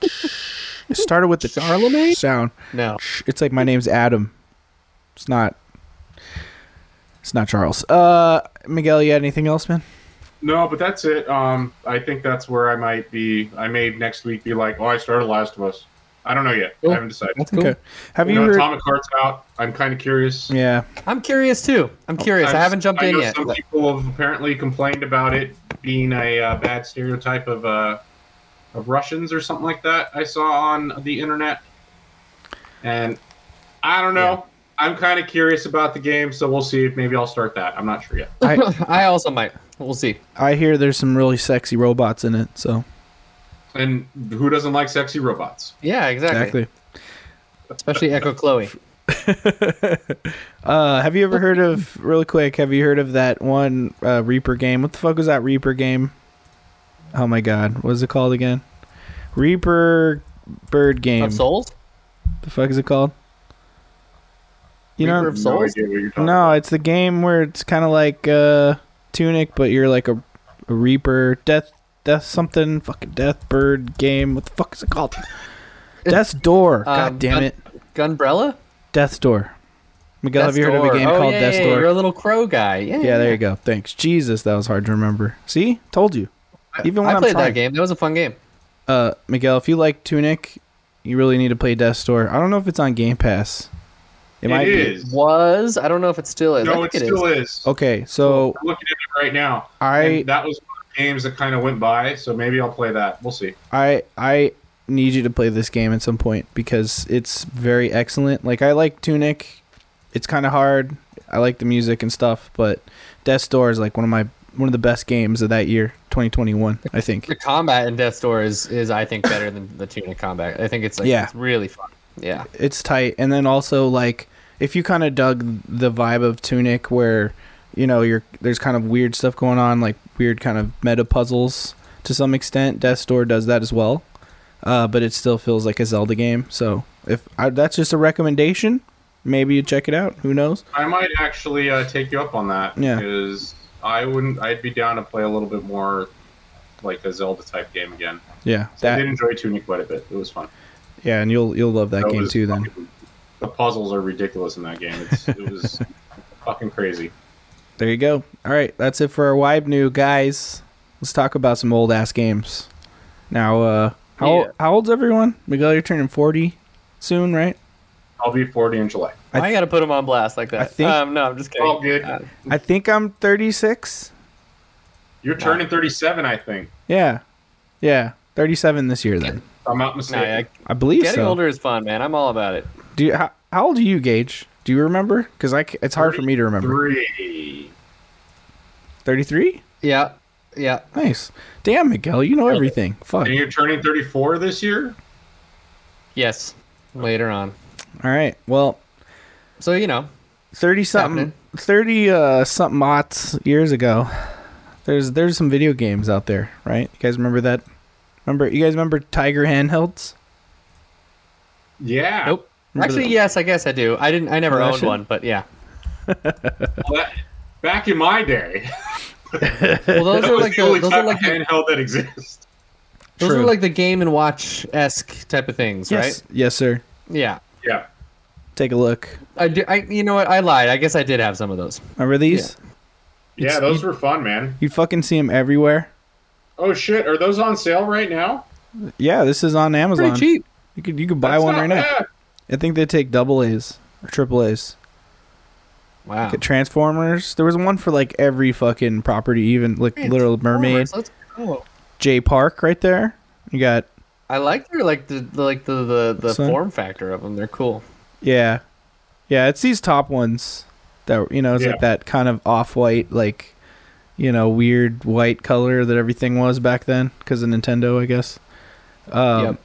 it started with the Charlemagne? sound. no, It's like my name's Adam. It's not. It's not Charles. Uh, Miguel, you had anything else, man? no, but that's it. Um, I think that's where I might be. I may next week be like, oh, I started Last of Us. I don't know yet. Cool. I haven't decided. that's cool. Okay. Have You you know, heard? Atomic Heart's out. I'm kind of curious. yeah. I'm curious too. I'm curious. I I've- haven't jumped Oh, I in know yet. Some people have apparently complained about it being a uh, bad stereotype of uh, of Russians or something like that. I saw on the internet, and I don't know. I'm kind of curious about the game, so we'll see if maybe I'll start that. I'm not sure yet. I- I also might. We'll see. I hear there's some really sexy robots in it. So And who doesn't like sexy robots? Yeah, exactly. exactly. Especially Echo Chloe. Uh, have you ever heard of really quick? Have you heard of that one uh, Reaper game? What the fuck was that Reaper game? Oh my god, what is it called again? Reaper Bird Game. Of Souls? The fuck is it called? You Reaper know, of Souls? No idea what you're talking no, it's the game where it's kind of like uh, tunic, but you're like a, a reaper, death, death something, fucking death bird game. What the fuck is it called? Death's door. God Um, damn Gun- it, Gunbrella? Death's door. Miguel, have you heard of a Door. game oh, called yeah, Death's yeah, Door? You're a little crow guy. Yeah, Yeah, there you go. Thanks. Jesus, that was hard to remember. See, told you. Even when I am played trying. that game. That was a fun game. Uh, Miguel, if you like Tunic, you really need to play Death Store. I don't know if it's on Game Pass. It, might it is. Was I don't know if it still is. I No, it think still is. is. be. Okay, so I'm looking at it right now. I and that was one of the games that kind of went by, so maybe I'll play that. We'll see. I I need you to play this game at some point because it's very excellent. Like I like Tunic. It's kind of hard. I like the music and stuff, but Death Store is like one of my one of the best games of that year, 2021, I think. The combat in Death Door is, is I think better than the Tunic combat. I think it's like Yeah. it's really fun. Yeah. it's tight and then also like if you kind of dug the vibe of tunic where you know you're there's kind of weird stuff going on like weird kind of meta puzzles to some extent death store does that as well uh, but it still feels like a zelda game so if I, that's just a recommendation maybe you check it out who knows I might actually uh, take you up on that. Yeah. Because I wouldn't. I'd be down to play a little bit more like a Zelda type game again. yeah So I did that enjoy Tunic quite a bit. It was fun. yeah and you'll you'll love that, That game was too then fucking- The puzzles are ridiculous in that game. It's, it was fucking crazy. there you go all right that's it for our wide new guys let's talk about some old ass games now uh how, Yeah. how old's everyone miguel you're turning 40 soon right I'll be 40 in July. I I, th- gotta put him on blast like that. I think- um, no, I'm just kidding. All good. Uh, I think I'm 36. You're turning 37, I think. Yeah. Yeah. 37 this year then. If I'm not no, mistaken. yeah, I believe getting so. older is fun, man. I'm all about it. Do you, how, how old are you, Gage? Do you remember? Cuz I c- it's hard for me to remember. Three. 33? Yeah, yeah. Nice. Damn, Miguel, you know everything. Fuck. And you're turning 34 this year? Yes. Later on. All right. Well, So you know, 30 something happening. 30 uh something aughts years ago. There's there's some video games out there, right? You guys remember that? Remember you guys remember Tiger handhelds? Yeah. Nope. Remember Actually, that- yes, I guess I do. I didn't. I never Remember that owned shit? one, but yeah. Well, that- back in my day, Well, those that are was like the the, only those type are like of the, handheld that exists. those True. are like the Game and Watch esque type of things, Yes. Yes, sir. right? Yeah. Yeah. Take a look. I do. I you know what? I lied. I guess I did have some of those. Remember these? Yeah, those were fun, man. You fucking see them everywhere. Oh, shit. Are those on sale right now? Yeah, this is on Amazon. Pretty cheap. You could you could buy That's one not right now. bad. I think they take double A's or triple A's. Wow. Get Transformers. There was one for like every fucking property, even like Little Mermaid. Let's go. J Park right there. You got I like their like the, the like the the, the Son. form factor of them. They're cool. yeah, yeah. It's these top ones that you know. It's like Yeah. that kind of off white, like you know, weird white color that everything was back then because of Nintendo, I guess. Um, yep.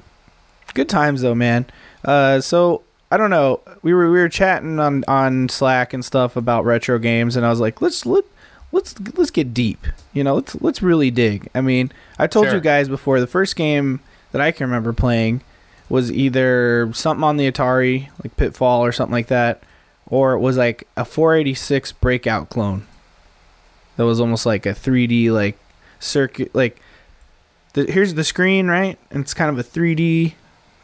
good times though man uh so i don't know we were we were chatting on on slack and stuff about retro games and i was like let's let, let's let's get deep you know let's let's really dig i mean i told Sure. you guys before the first game that i can remember playing was either something on the atari like pitfall or something like that or it was like a 486 breakout clone that was almost like a 3d like circuit like the, here's the screen right and it's kind of a 3d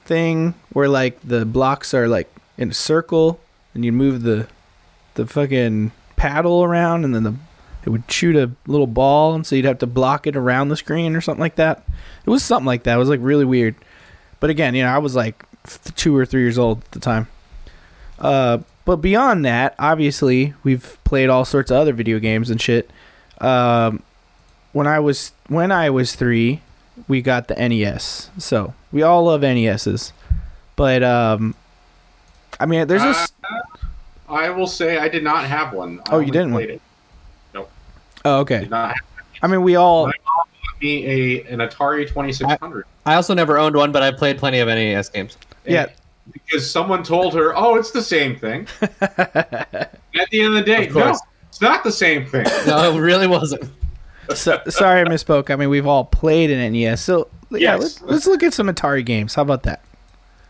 thing where like the blocks are like in a circle and you move the the fucking paddle around and then the it would shoot a little ball and so you'd have to block it around the screen or something like that it was something like that it was like really weird but again you know i was like th- two or three years old at the time uh, but beyond that obviously we've played all sorts of other video games and shit um, when i was when i was three we got the nes so we all love nes's but um i mean there's this I will say I did not have one. Um, I Oh, you only didn't? played It. oh, Did okay not have i mean we all me a, an Atari 2600. I also never owned one, but I played plenty of NES games. yeah because someone told her, "Oh, it's the same thing." At the end of the day, Of no, course. it's not the same thing. No, it really wasn't. so, sorry, I misspoke. I mean, we've all played an NES, E so yeah. Yes. Let's, let's look at some Atari games. How about that?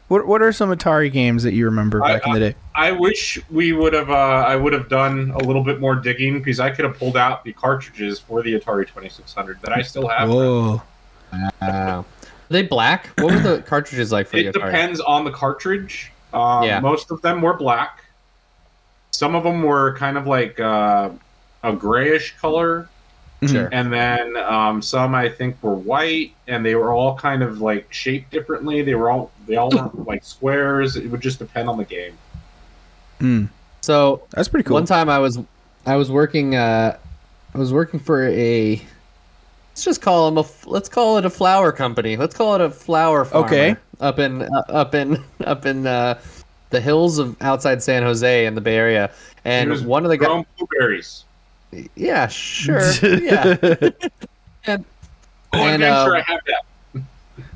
What What are some Atari games that you remember I- back in the day? I wish we would have. Uh, I would have done a little bit more digging because I could have pulled out the cartridges for the Atari Twenty Six Hundred that I still have. Whoa. Wow. Are they black? What were the cartridges like for It the Atari? depends on the cartridge. Um, Yeah. Most of them were black. Some of them were kind of like uh, a grayish color, Mhm. Sure. and then um, some I think were white, and they were all kind of like shaped differently. They were all they all were like squares. It would just depend on the game. Mm. So That's pretty cool. One time I was I was working uh I was working for a let's just call him a f- let's call it a flower company. Let's call it a flower farmer. Okay. Up in uh, up in up in uh, the hills of outside San Jose in the Bay Area. It And was one of the guys grown blueberries. Yeah, sure. yeah. Oh, And, I'm damn uh, sure I have that.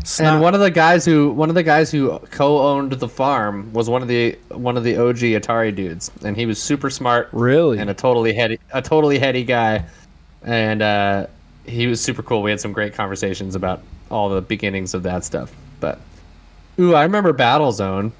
Snot. And one of the guys who one of the guys who co-owned the farm was one of the one of the OG Atari dudes and he was super smart really? and a totally heady, a totally heady guy, and uh, he was super cool. We had some great conversations about all the beginnings of that stuff. But ooh, I remember Battlezone.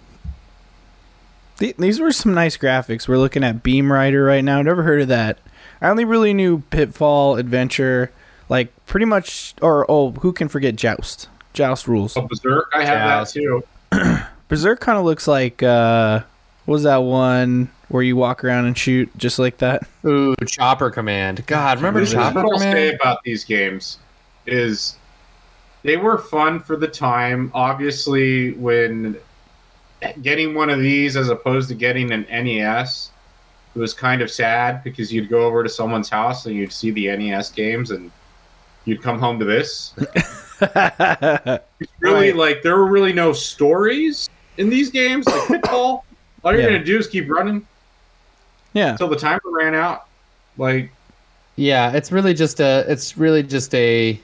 Th- these were some nice graphics. We're looking at Beam Rider right now. Never heard of that. I only really knew Pitfall, Adventure, like pretty much. Or oh, who can forget Joust? Joust rules. Oh, Berserk, I have Yeah. that too. Berserk kind of looks like uh, what was that one where you walk around and shoot just like that? Ooh, Chopper Command. God, remember This is Chopper what I'll say Command? about these games is they were fun for the time. Obviously, when getting one of these as opposed to getting an NES, it was kind of sad because you'd go over to someone's house and you'd see the NES games and you'd come home to this. It's really Right. like there were really no stories in these games like football. All you're Yeah. gonna do is keep running yeah. until the timer ran out. Like Yeah, it's really just a. It's really just a.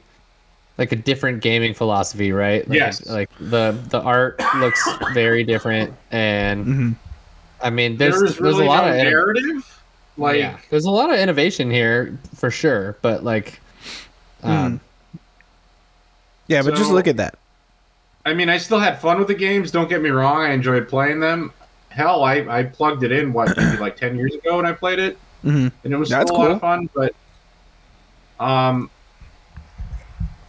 Like a different gaming philosophy, right? Like, Yes. Like the the art looks very different, and hmm I mean, there's, there's there's, really a lot no of inter- narrative. Like yeah. there's a lot of innovation here for sure, but like, Hmm. um, Yeah, but just So- look at that. I mean, I still had fun with the games. Don't get me wrong; I enjoyed playing them. Hell, I, I plugged it in what maybe like ten years ago when I played it, hmm and it was That's still a lot cool. of fun. But, um,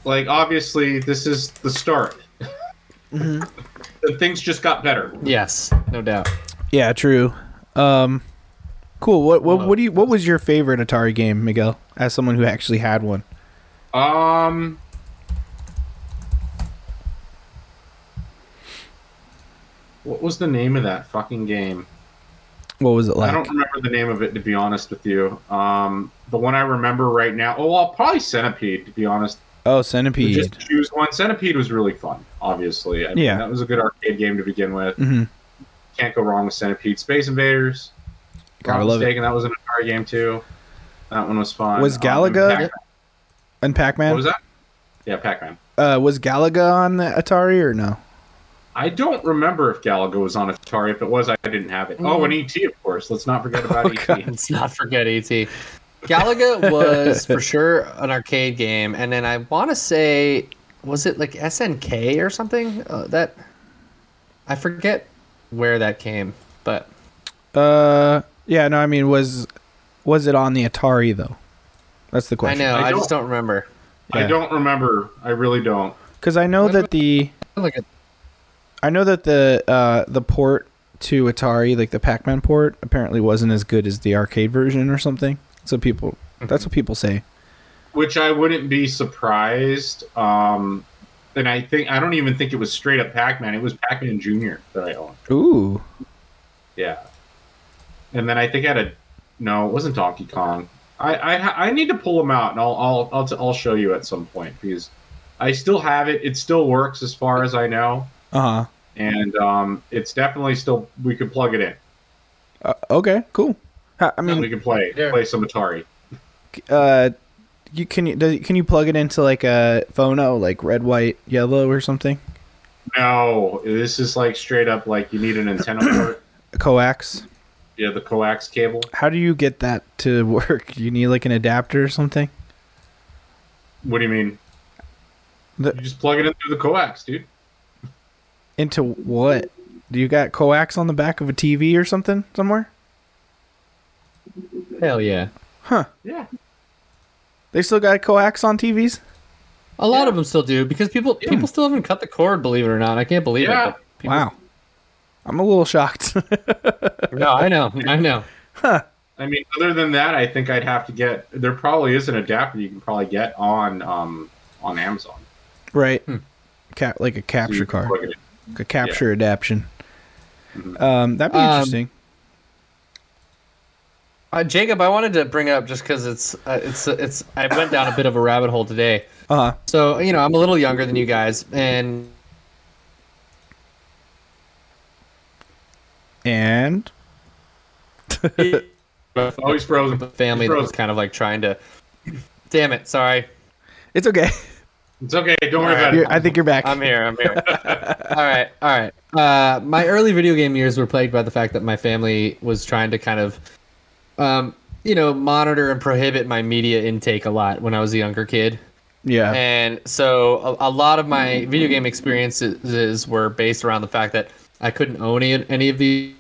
like obviously, this is the start. Mm-hmm. And things just got better. yes, no doubt. Yeah, true. Um, cool. What what Hello. what do you? What was your favorite Atari game, Miguel? As someone who actually had one. Um, what was the name of that fucking game? What was it like? I don't remember the name of it to be honest with you. Um, the one I remember right now. Oh, well, probably Centipede to be honest. oh, We Centipede. Just choose one. Centipede was really fun. Obviously, I mean, Yeah. that was a good arcade game to begin with. hmm Can't go wrong with Centipede. Space Invaders. Gotta Wrong love it. mistaken, That was an Atari game too. That one was fun. Was Um, Galaga- Pac- And Pac Man. What was Was, that? Yeah, Pac-Man. uh, was Galaga on the Atari or no? I don't remember if Galaga was on Atari. If it was, I didn't have it. Oh, and ET, of course. Let's not forget about Mm. E Oh, ET. God. Let's not E forget ET. Galaga was for sure an arcade game, and then I want to say, was it like SNK or something? Uh, that I forget where that came, but Uh, yeah. No, I mean, was was it on the Atari though? That's the I question. know I I, just don't remember. I Yeah. don't remember. I really don't. Because I know What that about- the Look at I know that the uh, the port to Atari, like the Pac-Man port, apparently wasn't as good as the arcade version or something. So people, that's what people say. which I wouldn't be surprised. Um, and I think I don't even think it was straight up Pac Man. It was Pac Man Junior that I owned. Ooh, Yeah. And then I think I had a no, it wasn't Donkey Kong. I I, I need to pull them out, and I'll I'll I'll, t- I'll show you at some point because I still have it. It still works as far as I know, uh huh. and um, it's definitely still we could plug it in. Uh, okay, cool. Ha- I and mean, we can play Yeah. play some Atari. uh, you can you does, can you plug it into like a phono, like red, white, yellow, or something? No, this is like straight up like you need an antenna port. A coax. Yeah, the coax cable. How do you get that to work? You need like an adapter or something. What do you mean? The- you just plug it in through the coax, dude. Into what? Do you got coax on the back of a TV or something somewhere? Hell yeah. Yeah. They still got coax on TVs? A lot of them still do because people people still haven't cut the cord, believe it or not. I can't believe Yeah. it. but people- Wow. I'm a little shocked. No, I know. I know. I mean, other than that, I think I'd have to get. There probably is an adapter you can probably get on um, on Amazon. right. Cap, Hmm. like a So you capture can card. plug it in. a capture adaption. Um, that'd be Um, interesting. Uh, Jacob, I wanted to bring it up just because it's uh, it's it's I went down a bit of a rabbit hole today. Uh, So you know, I'm a little younger than you guys, and and Oh, he's frozen. the family that was kind of like trying to. Damn it! Sorry, it's okay. It's okay. Don't worry about You're- it. I think you're back. I'm here. I'm here. all right, all right. Uh, my early video game years were plagued by the fact that my family was trying to kind of, um, you know, monitor and prohibit my media intake a lot when I was a younger kid. yeah. And so a, a lot of my video game experiences were based around the fact that I couldn't own any, any of these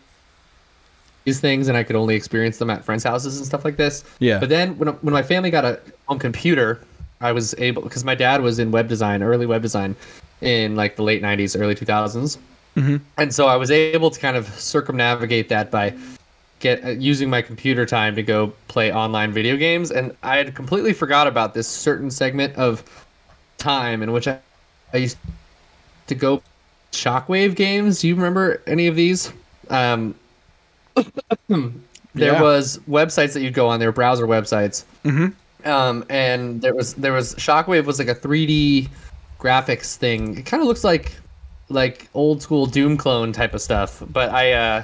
these things and I could only experience them at friends' houses and stuff like this. Yeah. But then when, when my family got a home computer, I was able because my dad was in web design, early web design in like the late 90s, early 2000s. And so I was able to kind of circumnavigate that by get uh, using my computer time to go play online video games and i had completely forgot about this certain segment of time in which i, I used to go shockwave games do you remember any of these um, there Yeah. was websites that you'd go on they were browser websites um, and there was there was shockwave was like a 3d graphics thing it kind of looks like like old school doom clone type of stuff but i uh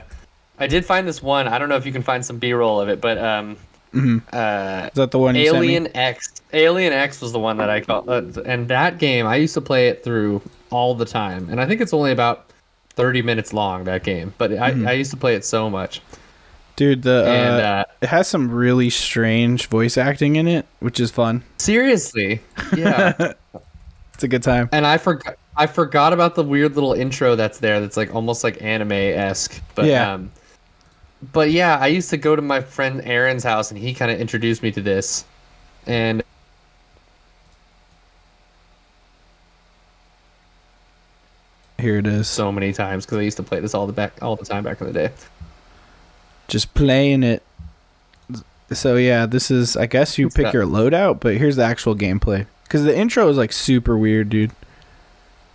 I did find this one. I don't know if you can find some B-roll of it, but um, uh, Is that the one you sent me? Alien X. Alien X was the one that I called, uh, and that game I used to play it through all the time, and I think it's only about thirty minutes long that game, but I, Mm-hmm. I used to play it so much. Dude, the uh, And, uh, it has some really strange voice acting in it, which is fun. Seriously, yeah. It's a good time. and I forgot. I forgot about the weird little intro that's there. That's like almost like anime esque, but Yeah. um, but yeah, I used to go to my friend Aaron's house, and he kind of introduced me to this, and Here it is. so many times because I used to play this all the back all the time back in the day. Just playing it. So yeah, this is I guess you pick that? your loadout, but here's the actual gameplay. Cuz the intro is like super weird, dude.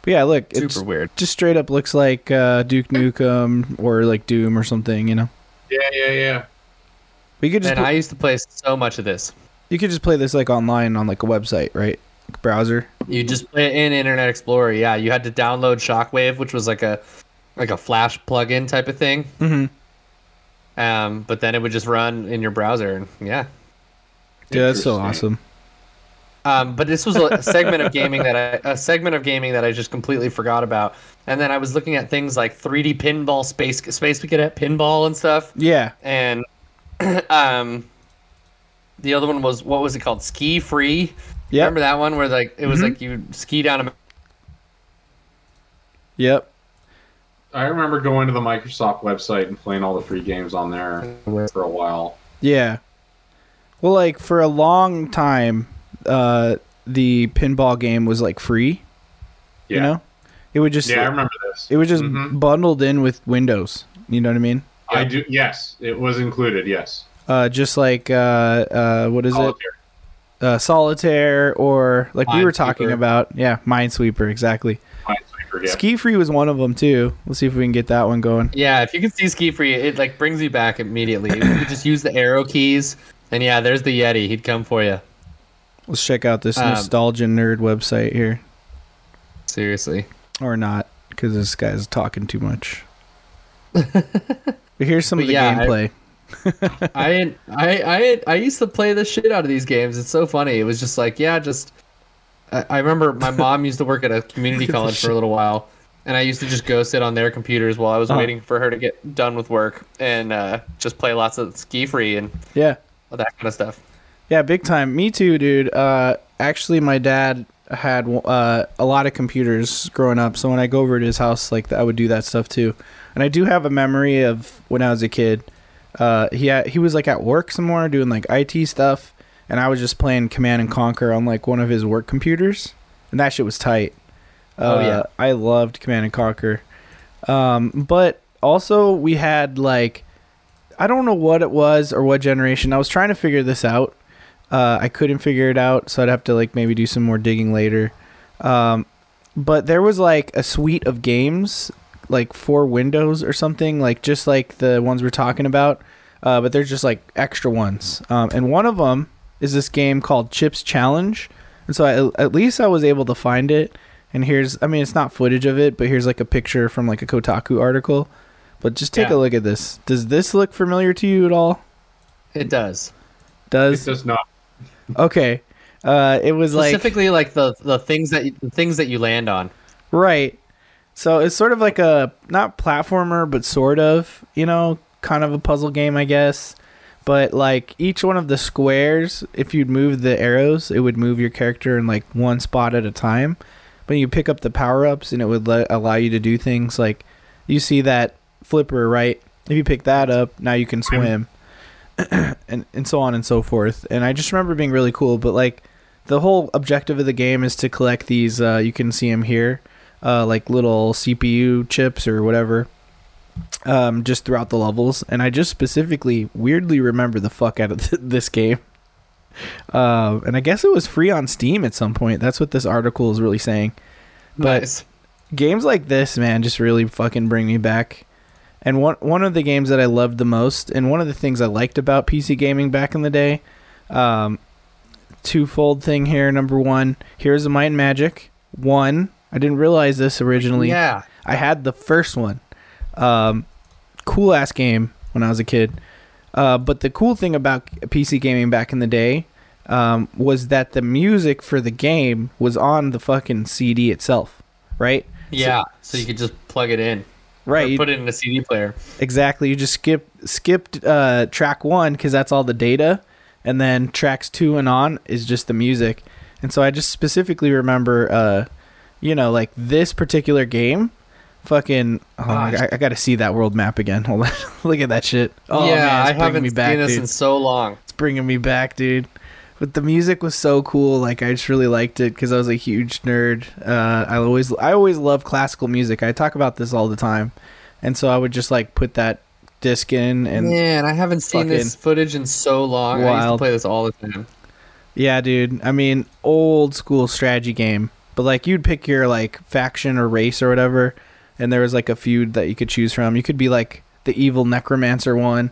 But yeah, look, it's Super weird. just straight up looks like uh, Duke Nukem or like Doom or something, you know. Yeah, yeah, yeah. We could just And pl- I used to play so much of this. you could just play this like online on like a website, right? Like, browser. You just play it in Internet Explorer. Yeah, you had to download Shockwave, which was like a like a Flash plugin type of thing. Mhm. Um, but then it would just run in your browser, and yeah. Dude, that's so Interesting. awesome. Um, but this was a, a segment of gaming that I, a segment of gaming that I just completely forgot about. And then I was looking at things like 3D pinball, space space cadet pinball, and stuff. Yeah. and um the other one was what was it called ski free Yep. Mm-hmm. remember that one where like it was like you ski down a Yep. I remember going to the Microsoft website and playing all the free games on there for a while. Yeah. Well, like for a long time, uh, the pinball game was like free. Yeah. You know, it would just Yeah, I remember this. it was just Mm-hmm. Mhm. bundled in with Windows. You know what I mean? I do. Yes, it was included. Yes. Uh, just like uh, uh, what is Solitaire. it? Uh, Solitaire or like we were talking Minesweeper. about. Yeah, Minesweeper exactly. Minesweeper, yeah. Ski Free was one of them too. Let's see if we can get that one going. yeah if you can see ski free it like brings you back immediately you could just use the arrow keys and yeah there's the yeti he'd come for you Let's check out this Um, nostalgia nerd website here, seriously or not, because this guy's talking too much. but here's some of But the yeah, I- gameplay. I, I I I used to play the shit out of these games it's so funny it was just like yeah just I, I remember my mom used to work at a community college for a little while and I used to just go sit on their computers while I was Oh. waiting for her to get done with work and uh, just play lots of ski free and Yeah. all that kind of stuff. Yeah, big time. Me too, dude. Uh, actually, my dad had uh, a lot of computers growing up, so when I go over to his house, like I would do that stuff too. And I do have a memory of when I was a kid. Uh, he had, he was like at work somewhere doing like IT stuff, and I was just playing Command and Conquer on like one of his work computers, and that shit was tight. Uh, Oh, yeah. I loved Command and Conquer. Um, but also we had like I don't know what it was or what generation. I was trying to figure this out. Uh, I couldn't figure it out, so I'd have to like maybe do some more digging later. Um, but there was like a suite of games, like four windows or something, like just like the ones we're talking about. Uh, but they're just like extra ones. Um, and one of them is this game called Chips Challenge. And so I, at least I was able to find it. And here's, I mean, it's not footage of it, but here's like a picture from like a Kotaku article. But just take Yeah. a look at this. Does this look familiar to you at all? It does. It's Does just not. okay. Uh, it was like Specifically, like the the things that you, the things that you land on. Right. So it's sort of like a not platformer, but sort of, you know, kind of a puzzle game, I guess. But like each one of the squares, if you'd move the arrows, it would move your character in like one spot at a time. But you pick up the power ups, and it would le- allow you to do things like you see that flipper, right? If you pick that up, now you can swim, and and so on and so forth. And I just remember being really cool. But like the whole objective of the game is to collect these. Uh, you can see them here uh, like little CPU chips or whatever, um, just throughout the levels. And I just specifically weirdly remember the fuck out of th- this game. Uh, and I guess it was free on Steam at some point. That's what this article is really saying. But- Nice. Games like this, man, just really fucking bring me back. And one one of the games that I loved the most, and one of the things I liked about PC gaming back in the day, um, twofold thing here. Number one, Heroes of Might and Magic. One, I didn't realize this originally. yeah, I had the first one. Um, cool ass game when I was a kid. Uh, but the cool thing about PC gaming back in the day um, was that the music for the game was on the fucking CD itself, right? yeah. So, you could just plug it in, Right. Or you- put it in a CD player. Exactly. You just skip skipped uh, track one because that's all the data, and then tracks two and on is just the music. And so I just specifically remember, uh, you know, like this particular game. Fucking, oh my Gosh. God, I, I got to see that world map again. Hold on, look at that shit. Oh yeah, man, it's I bringing haven't me back, seen this dude. in so long. It's bringing me back, dude. But the music was so cool. Like I just really liked it because I was a huge nerd. Uh, I always I always love classical music. I talk about this all the time, and so I would just like put that disc in and yeah, Man, I haven't seen this footage in so long. I used to wild. play this all the time. dude. I mean, old school strategy game. But like you'd pick your like faction or race or whatever, and there was like a feud that you could choose from. You could be like the evil necromancer one,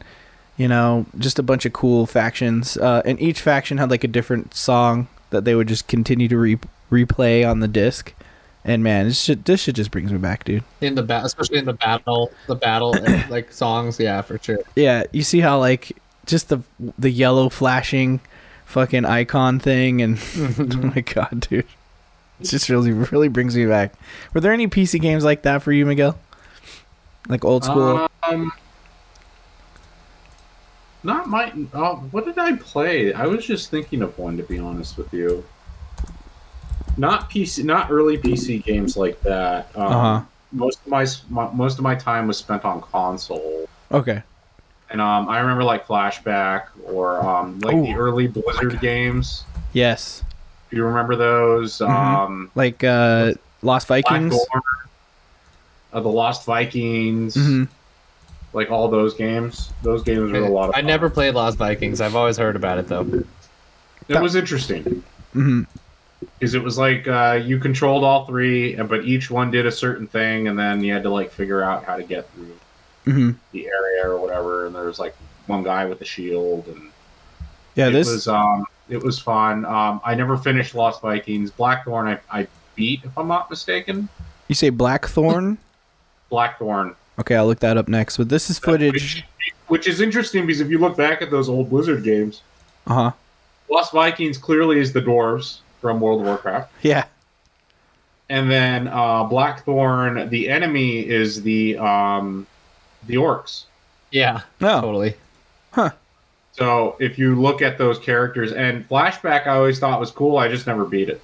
you know, just a bunch of cool factions. Uh, and each faction had like a different song that they would just continue to re- replay on the disc. And man, this shit, this shit just brings me back, dude. In the ba- especially in the battle, the battle like songs. Yeah, for sure. Yeah, you see how like just the the yellow flashing fucking icon thing and oh my god, dude. It just really really brings me back. Were there any PC games like that for you, Miguel? Like old school? Um, not my. Uh, what did I play? I was just thinking of one to be honest with you. Not PC, not early PC games like that. Um, Uh-huh. Most of my, s- my most of my time was spent on console, okay. and um, I remember like Flashback or um, like the Ooh. Oh early Blizzard games. Yes. If you remember those, um, Like uh Lost Mm-hmm. Vikings? Blackthorn, uh, the Lost Vikings, hmm like all those games. Those games were a lot of. I fun. never played Lost Vikings. I've always heard about it though. It was interesting. hmm because it was like uh, you controlled all three, and- but each one did a certain thing, and then you had to like figure out how to get through hmm the area or whatever. And there was like one guy with a shield, and Yeah, it this was um, it was fun. Um, I never finished Lost Vikings. Blackthorn, I, I beat if I'm not mistaken. you say Blackthorn? Blackthorn, okay, I'll look that up next. But this is footage. which, which is interesting because if you look back at those old Blizzard games, Uh-huh. Lost Vikings clearly is the dwarves from World of Warcraft. Yeah. and then uh, Blackthorn, the enemy is the um, the orcs. Yeah, No. totally. So if you look at those characters, and Flashback, I always thought was cool. I just never beat it.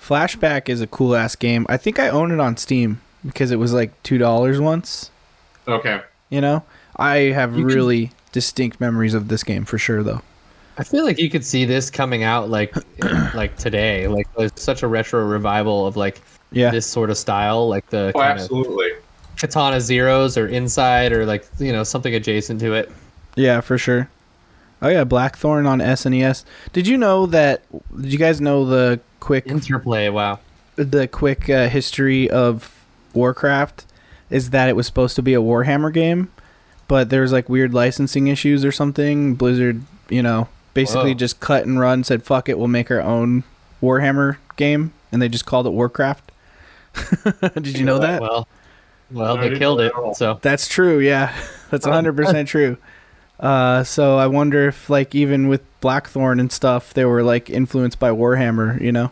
Flashback is a cool ass game. I think I own it on Steam because it was like two dollars once. Okay. You know, I have You can- really distinct memories of this game for sure, though. I feel like you could see this coming out like like today. Like there's such a retro revival of like Yeah, this sort of style, like the Oh, kind of absolutely. Katana Zeros or Inside or like you know something adjacent to it. yeah, for sure. Oh yeah, Blackthorn on SNES. Did you know that? Did you guys know the quick Interplay, wow. the quick uh, history of Warcraft is that it was supposed to be a Warhammer game, but there was like weird licensing issues or something. Blizzard, you know, basically Whoa. just cut and run, said fuck it, we'll make our own Warhammer game, and they just called it Warcraft. Did you know that? Well, well, No, I they didn't killed know it. that at all. So That's true. Yeah, that's Oh. hundred percent true. Uh, so I wonder if like even with Blackthorn and stuff, they were like influenced by Warhammer, you know?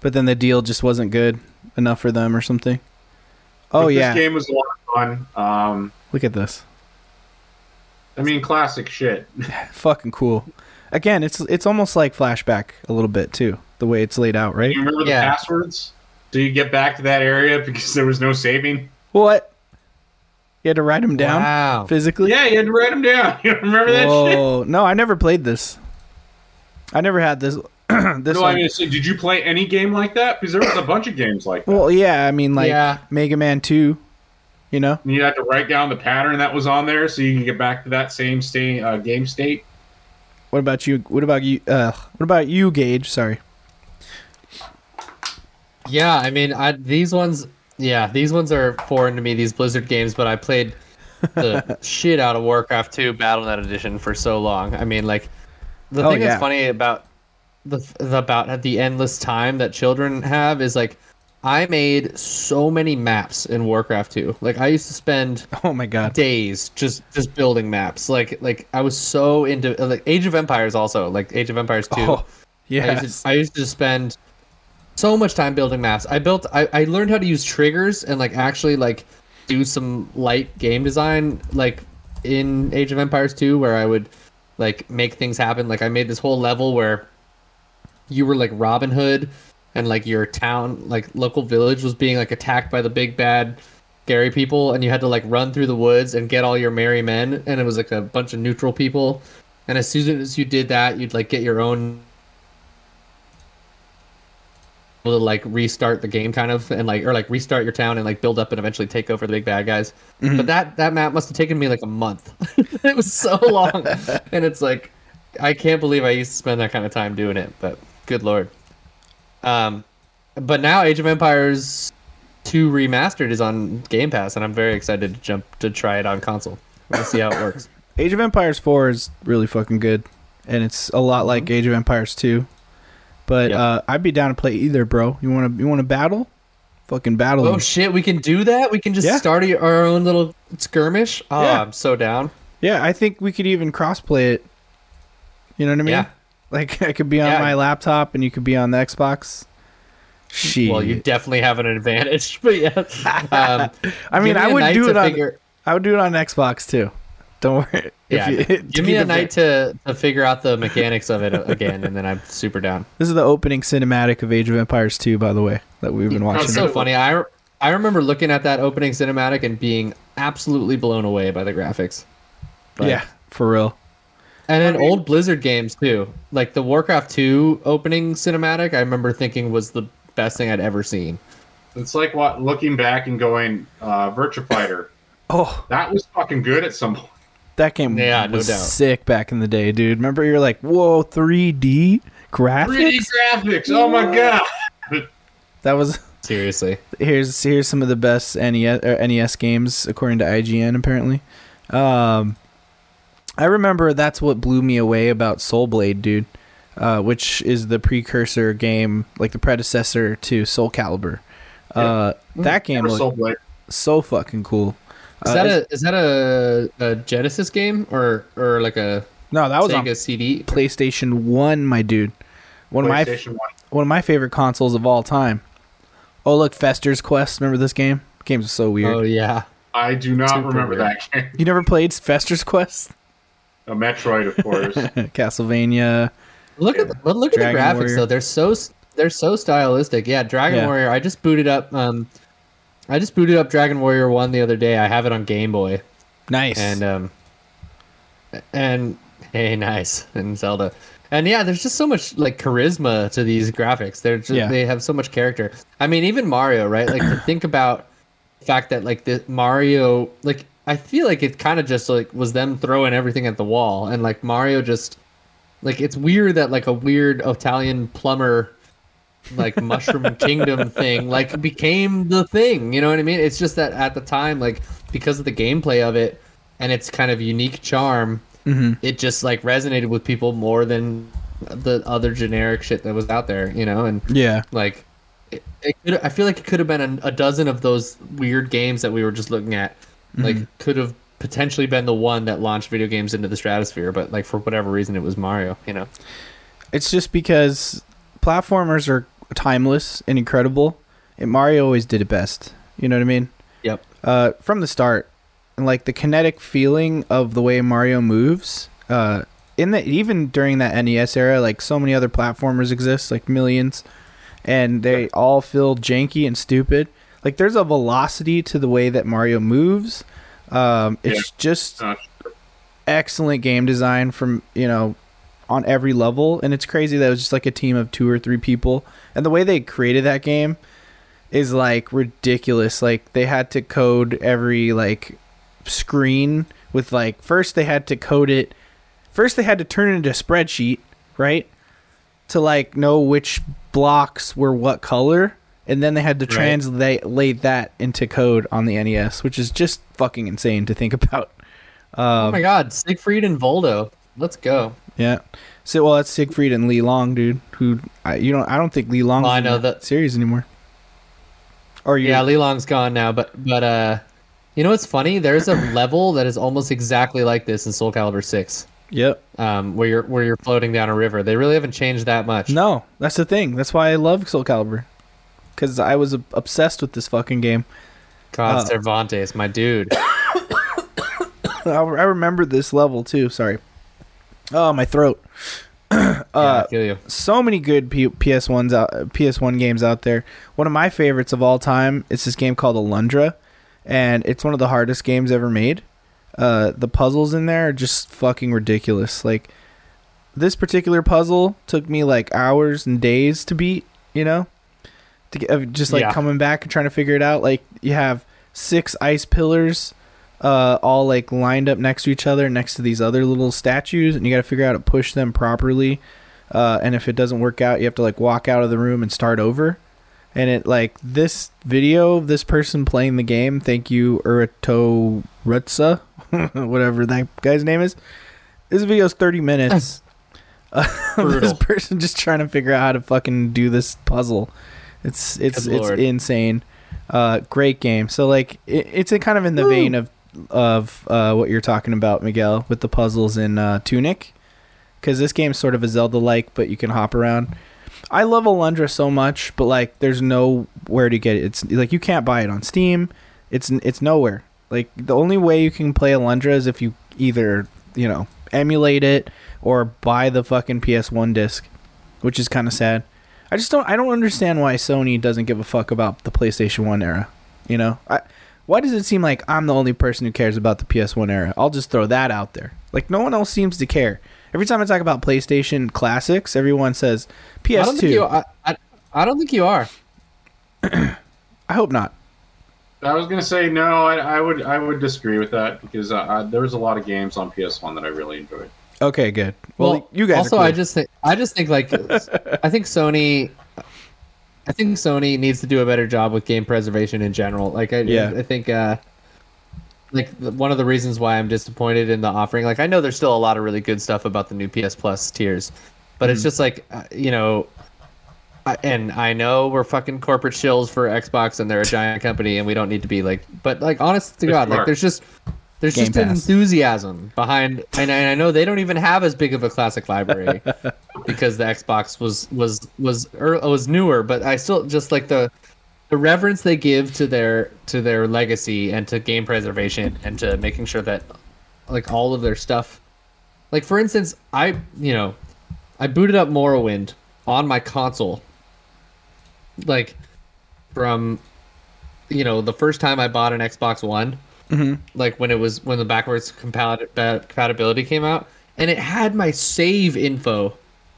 But then the deal just wasn't good enough for them or something. Oh But yeah, This game was a lot of fun. Um, look at this, I mean, classic shit. fucking cool. Again, it's it's almost like flashback a little bit too, the way it's laid out, Do right? you remember the Yeah. passwords? Do you get back to that area because there was no saving? What? You had to write them down Wow. physically. Yeah, you had to write them down. You remember that shit? Whoa! No, I never played this. I never had this. this No, one. I mean, so did you play any game like that? Because there was a bunch of games like that. Well, yeah, I mean, like Yeah. Mega Man Two, you know? And you had to write down the pattern that was on there so you can get back to that same state, uh, game state. What about you? What about you? Uh, what about you, Gage? Sorry. Yeah, I mean, I, these ones, yeah, these ones are foreign to me. These Blizzard games, but I played the shit out of Warcraft 2 Battle.net edition for so long. I mean, like the Oh, thing yeah. that's funny about the, the about the endless time that children have is like I made so many maps in Warcraft 2. Like I used to spend Oh my God. days just just building maps. Like like I was so into like Age of Empires also, like Age of Empires 2. Oh, I used, yes. to, I used to spend so much time building maps. I built I, I learned how to use triggers and like actually like do some light game design like in Age of Empires 2 where I would like make things happen. Like I made this whole level where you were like Robin Hood and like your town like local village was being like attacked by the big bad scary people and you had to like run through the woods and get all your merry men and it was like a bunch of neutral people and as soon as you did that you'd like get your own able to like restart the game kind of and like or like restart your town and like build up and eventually take over the big bad guys Mm-hmm. but that that map must have taken me like a month it was so long and it's like i can't believe i used to spend that kind of time doing it but good lord um but now age of empires 2 remastered is on game pass and i'm very excited to jump to try it on console we'll see how it works Age of Empires Four is really fucking good, and it's a lot like Age of Empires Two. But Mm-hmm. Yeah. uh, I'd be down to play either, bro. You want to? You want to battle? Fucking battle. oh shit we can do that we can just Yeah. start our own little skirmish oh Yeah. i'm so down yeah, I think we could even crossplay it. You know what I mean? Yeah. Like I could be on Yeah. my laptop and you could be on the Xbox. She. Well, you definitely have an advantage, but yeah. Um, I mean, give me I a would night do to it on. figure- I would do it on Xbox too. Don't worry. yeah, you- give me keep a it fair. night to, to figure out the mechanics of it again, and then I'm super down. This is the opening cinematic of Age of Empires 2, by the way, that we've been watching. It's Oh, so funny. I I remember looking at that opening cinematic and being absolutely blown away by the graphics. Like, yeah, for real. and in I mean- old Blizzard games too, like the Warcraft two opening cinematic. I remember thinking was the best thing I'd ever seen. It's like what looking back and going, uh, Virtua Fighter. Oh, That was fucking good at some point. that game Yeah, no was doubt. sick back in the day, dude. Remember, you're like, whoa, 3D graphics? 3D graphics. Oh my god. That was. Seriously, Here's here's some of the best NES or NES games according to IGN. Apparently, um, I remember that's what blew me away about Soul Blade, dude, uh, which is the precursor game, like the predecessor to Soul Calibur. Uh, That game Never looked sold like- so fucking cool. Mm-hmm. is Uh, that it's- a is that a, a Genesis game or or like a no? That was on Sega CD? PlayStation One, my dude. One of my PlayStation One. one of my favorite consoles of all time. Oh look, Fester's Quest. Remember this game? Game's so weird. Oh yeah. I do not Super remember weird. that game. you never played Fester's Quest? A Metroid, of course. Castlevania. Look at the, but look at the Dragon graphics Warrior. though. They're so s- they're so stylistic. Yeah, Dragon Yeah. Warrior. I just booted up. Um, I just booted up Dragon Warrior One the other day. I have it on Game Boy, Nice. and um, and hey, nice and Zelda, and yeah, there's just so much like charisma to these graphics. They're just Yeah. they have so much character. I mean, even Mario, right? Like to think about the fact that like the Mario, like I feel like it kind of just like was them throwing everything at the wall, and like Mario just like it's weird that like a weird Italian plumber like mushroom kingdom thing like became the thing you know what i mean it's just that at the time like because of the gameplay of it and its kind of unique charm Mhm. it just like resonated with people more than the other generic shit that was out there you know and yeah. like it, it could, i feel like it could have been a, a dozen of those weird games that we were just looking at like could have potentially been the one that launched video games into the stratosphere but like for whatever reason it was mario you know It's just because platformers are timeless and incredible, and Mario always did it best. You know what I mean? yep uh, from the start, and like the kinetic feeling of the way Mario moves. Uh, in the even during that NES era, like so many other platformers exist, like millions, and they all feel janky and stupid. Like there's a velocity to the way that Mario moves. Um, it's just Uh, excellent game design from you know on every level and it's crazy that it was just like a team of two or three people and the way they created that game is like ridiculous like they had to code every like screen with like first they had to code it first they had to turn it into a spreadsheet right to like know which blocks were what color and then they had to Right. translate lay that into code on the NES which is just fucking insane to think about oh my god siegfried and voldo let's go Yeah. So well, that's Siegfried and Lee Long, dude. Who I you don't I don't think Lee Long. Oh, I know that- series anymore. Or you, Yeah, Lelong's gone now, but but uh, you know what's funny? There's a level that is almost exactly like this in Soul Calibur Six, Yep. um, where you're where you're floating down a river. They really haven't changed that much. No, that's the thing. That's why I love Soul Calibur, because I was ob- obsessed with this fucking game. God, Uh. Cervantes, my dude. I, I remember this level too. Sorry. Oh, my throat. yeah, I feel you. so many good P- PS1s out, PS1 games out there. One of my favorites of all time is this game called Alundra, and it's one of the hardest games ever made. Uh, the puzzles in there are just fucking ridiculous. Like this particular puzzle took me like hours and days to beat. You know, to get, of just like Yeah. coming back and trying to figure it out. Like you have six ice pillars. Uh, all like lined up next to each other, next to these other little statues, and you got to figure out how to push them properly uh, and if it doesn't work out, you have to like walk out of the room and start over. And it like this video, this person playing the game. Thank you, Urito Rutsa, whatever that guy's name is. This video is thirty minutes. of this Brutal. person just trying to figure out how to fucking do this puzzle. It's it's Good it's lord. insane. Uh, great game. So like it, it's a kind of in the vein of of uh, what you're talking about, Miguel, with the puzzles in uh, Tunic because this game's sort of a Zelda like, but you can hop around. I love Alundra so much, but like, there's nowhere to get it. It's like you can't buy it on Steam. It's it's nowhere. Like the only way you can play Alundra is if you either you know emulate it or buy the fucking PS1 disc, which is kind of sad. I just don't I don't understand why Sony doesn't give a fuck about the PlayStation One era. You know, I, why does it seem like I'm the only person who cares about the PS1 era? I'll just throw that out there. Like no one else seems to care. Every time I talk about PlayStation classics, everyone says PS2. I don't think you. I, I, I don't think you are. I hope not. I was gonna say no. I, I would I would disagree with that because uh, I, there was a lot of games on PS One that I really enjoyed. Okay, good. Well, you guys. Also, are cool. I just think I just think like I think Sony. I think Sony needs to do a better job with game preservation in general. Like I, Yeah. I think uh, like the- one of the reasons why I'm disappointed in the offering. Like I know there's still a lot of really good stuff about the new PS Plus tiers, but Mm-hmm. it's just like uh, you know. I, and I know we're fucking corporate shills for Xbox, and they're a giant company, and we don't need to be like. But like, honest to It's God, like smart. there's just there's Game just an Pass. enthusiasm behind, and I, I know they don't even have as big of a classic library because the Xbox was was was er, was newer, but I still just like the the reverence they give to their to their legacy and to game preservation and to making sure that like all of their stuff. Like for instance, I you know I booted up Morrowind on my console like from you know the first time I bought an Xbox One, Mhm. like when it was when the backwards compat- ba- compatibility came out, and it had my save info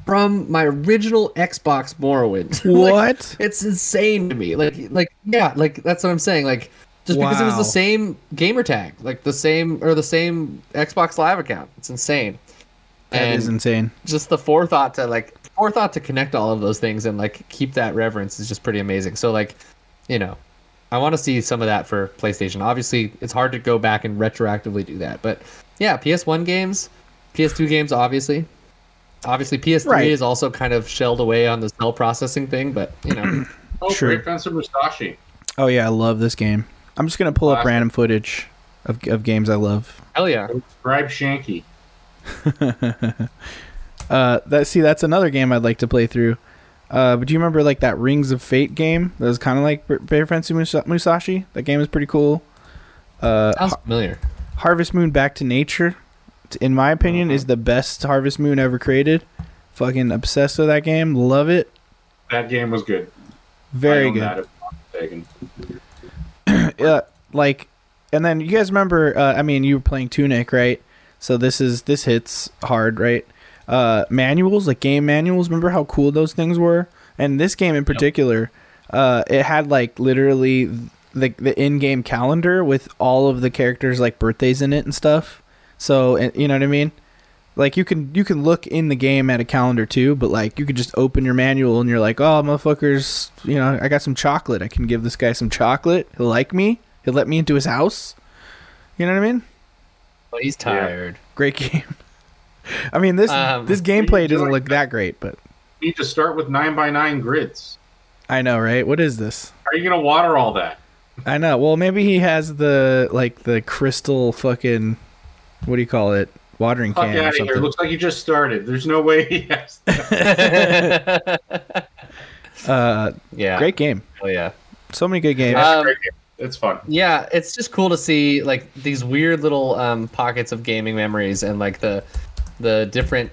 from my original Xbox Morrowind. Like, What? it's insane to me. Like like yeah, like that's what I'm saying. Like just because it was Wow. the same gamer tag, like the same or the same Xbox Live account. It's insane. That and is insane. just the forethought to like forethought to connect all of those things and like keep that reverence is just pretty amazing. So like, you know, I want to see some of that for PlayStation. Obviously, it's hard to go back and retroactively do that, but yeah, PS1 games, PS2 games obviously. Obviously, PS3 Right. is also kind of shelled away on the cell processing thing, but you know, Oh, Sure. Great Fencer Musashi. Oh yeah, I love this game. I'm just gonna pull up Classic. random footage of of games I love. hell yeah. Scribe Shanky. Uh, that see, that's another game I'd like to play through. Uh, but do you remember like that Rings of Fate game? That was kind of like Bear Frenzy Musa- Musashi. That game is pretty cool. Uh, Sounds familiar. Harvest Moon Back to Nature, t- in my opinion, Uh-huh. is the best Harvest Moon ever created. Fucking obsessed with that game. Love it. That game was good. I Very own good. That if I'm not mistaken. uh, like, and then you guys remember? Uh, I mean, you were playing Tunic, right? So this is this hits hard, right? Uh, manuals, like game manuals. Remember how cool those things were? And this game in particular, uh, it had like literally the the in-game calendar with all of the characters like birthdays in it and stuff. So and- you know what I mean? Like you can you can look in the game at a calendar too, but like you could just open your manual and you're like, oh motherfuckers, you know, I got some chocolate. I can give this guy some chocolate. He'll like me. He'll let me into his house. You know what I mean? But he's tired. Great game. I mean this Um, this are you gameplay doesn't doing? look that great, but You need to start with 9 by 9 grids. I know, right? What is this? How are you going to water all that? I know. Well, maybe he has the like the crystal fucking what do you call it? Watering Fuck can or out of something. here. Looks like you just started. There's no way he has uh, yeah. great game. Hell yeah. So many good games. Uh, Um, It's fun. yeah it's just cool to see like these weird little um, pockets of gaming memories and like the the different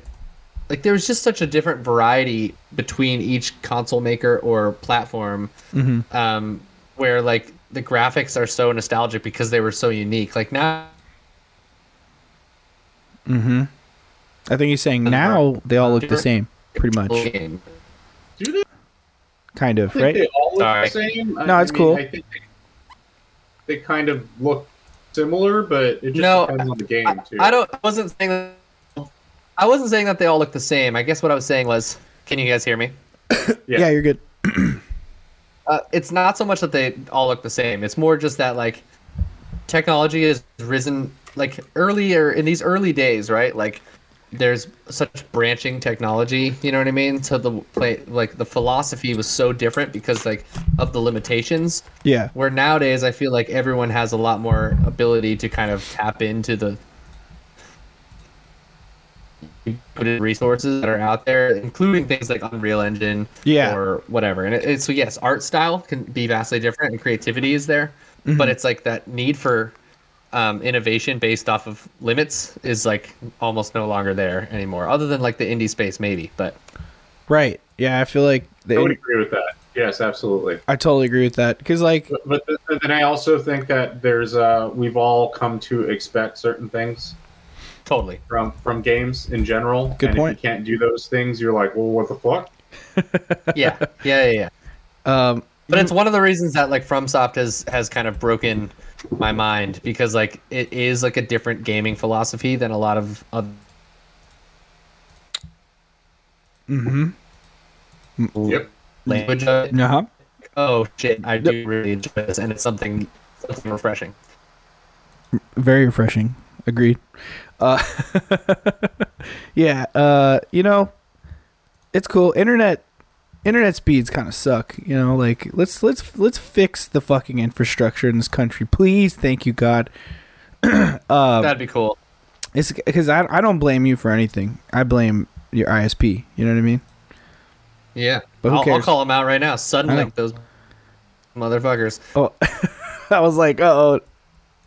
like there was just such a different variety between each console maker or platform Mhm. um, where like the graphics are so nostalgic because they were so unique like now Mm-hmm. I think he's saying now they all look the same, pretty much, game Do they kind of, think right? they all look Sorry. the same? I- No, I it's mean, cool. I think they, they kind of look similar, but it just No, depends on the game, too. I don't. I wasn't saying. That, I wasn't saying that they all look the same. I guess what I was saying was, can you guys hear me? Yeah. Yeah. you're good. Uh, it's not so much that they all look the same. It's more just that like technology has risen like earlier in these early days, right? Like there's such branching technology, you know what I mean? So the play like the philosophy was so different because like of the limitations. Yeah, Where nowadays I feel like everyone has a lot more ability to kind of tap into the resources that are out there, including things like Unreal Engine Yeah. or whatever. And it, it, so, yes, art style can be vastly different, and creativity is there, but it's like that need for um, innovation based off of limits is like almost no longer there anymore. Other than like the indie space, maybe. But right. Yeah, I feel like I would they, agree with that. Yes, absolutely. I totally agree with that because, like, But, but th- then I also think that there's uh, we've all come to expect certain things totally, from from games in general. Good and point. If you can't do those things, you're like, well, what the fuck? yeah, yeah, yeah. yeah. um, But it's one of the reasons that like FromSoft has has kind of broken my mind because like it is like a different gaming philosophy than a lot of other mm-hmm. Yep. language. of it. Uh huh. Oh shit, I do really enjoy this, and it's something, something refreshing. Very refreshing. Agreed. Uh, yeah. Uh, you know, it's cool. Internet, internet speeds kind of suck. You know, like let's let's let's fix the fucking infrastructure in this country, please. Thank you, God. Um, That'd be cool. It's because I, I don't blame you for anything. I blame your ISP. You know what I mean? Yeah, But who I'll, I'll cares? call them out right now. I Suddenly, know. those motherfuckers. Oh, I was like, oh,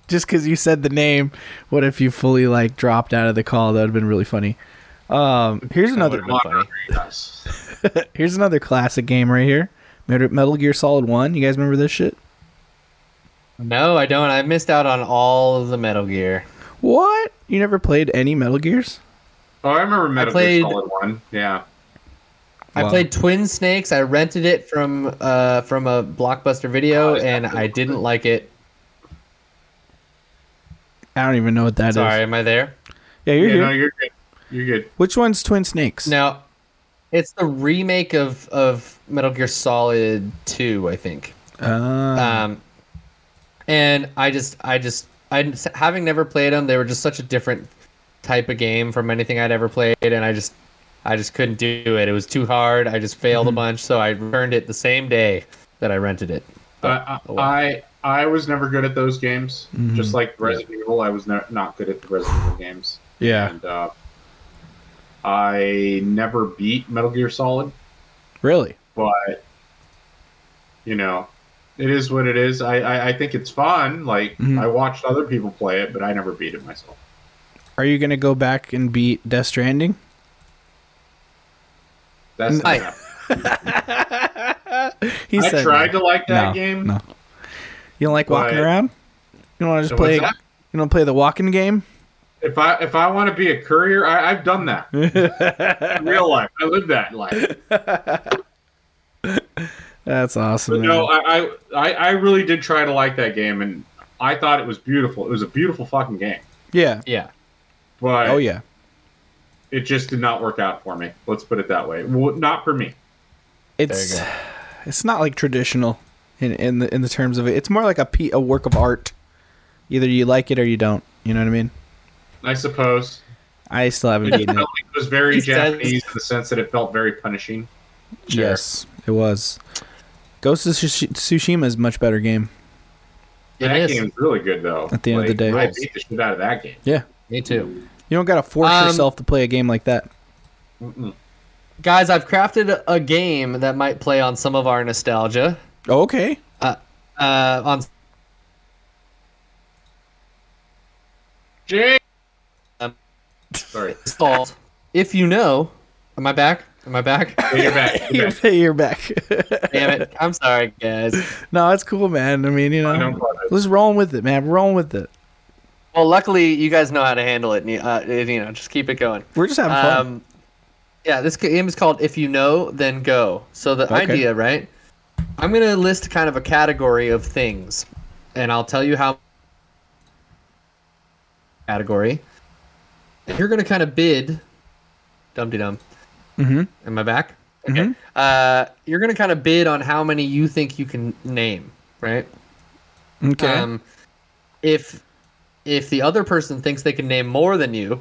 just because you said the name. What if you fully like dropped out of the call? That would have been really funny. Um, here's another would've been funny. Yes. here's another classic game right here. Metal Metal Gear Solid One. You guys remember this shit? No, I don't. I missed out on all of the Metal Gear. What? You never played any Metal Gears? Oh, I remember Metal played- Gear Solid One. Yeah, Wow. I played Twin Snakes. I rented it from uh, from a Blockbuster Oh, video, yeah. and I didn't like it. I don't even know what that is. Sorry, am I there? Yeah, you're yeah, here. no, you're good. You're good. Which one's Twin Snakes? No, it's the remake of of Metal Gear Solid Two, I think. Ah. Um, and I just, I just, I having never played them, they were just such a different type of game from anything I'd ever played, and I just, I just couldn't do it. It was too hard. I just failed a bunch, so I returned it the same day that I rented it. Uh, oh, well. I I was never good at those games. Mhm. Just like Resident Evil, I was ne- not good at the Resident Evil games. yeah. And uh, I never beat Metal Gear Solid, Really? but you know, it is what it is. I I, I think it's fun. Like Mhm. I watched other people play it, but I never beat it myself. Are you gonna go back and beat Death Stranding? That's not Right. happening. he I tried to like that No, game. No. You don't like walking But- around? You don't want to just So play? what's You that? don't wanna play the walking game? If I if I want to be a courier, I, I've done that in real life. I lived that life. That's awesome. But no, man. I, I- I I really did try to like that game, and I thought it was beautiful. It was a beautiful fucking game, yeah. Yeah, but Oh yeah. it just did not work out for me. Let's put it that way. Well, not for me. It's go. it's not like traditional in in the in the terms of it. It's more like a pe- a work of art. Either you like it or you don't. You know what I mean? I suppose I still haven't it, beaten it. felt like it was very He says- Japanese in the sense that it felt very punishing. sure. Yes, it was. Ghost of Tsushi- Tsushima is a much better game. it that is. game is really good though. At the end of Like, the day. I beat the shit out of that game. Me too, You don't gotta force Um, yourself to play a game like that. Mm-mm. guys. I've crafted a game that might play on some of our nostalgia. Oh, okay. Uh, on Jake. Um, Sorry, it's called If you know, am I back? Am I back? Hey, you're back. You're You're, back. you're back. Damn it! I'm sorry, guys. no, it's cool, man. I mean, you I don't know, bother. let's roll with it, man. We're rolling with it. Well, luckily you guys know how to handle it. and you- Uh, you know, just keep it going. We're just having fun. Um, yeah, this game is called "If You Know, Then Go." So the Okay. idea, right? I'm gonna list kind of a category of things, and I'll tell you how category. You're gonna kind of bid, dum de dum. hmm Am I back? Okay. Mhm. Uh, you're gonna kind of bid on how many you think you can name, right? Okay. Um, if if the other person thinks they can name more than you,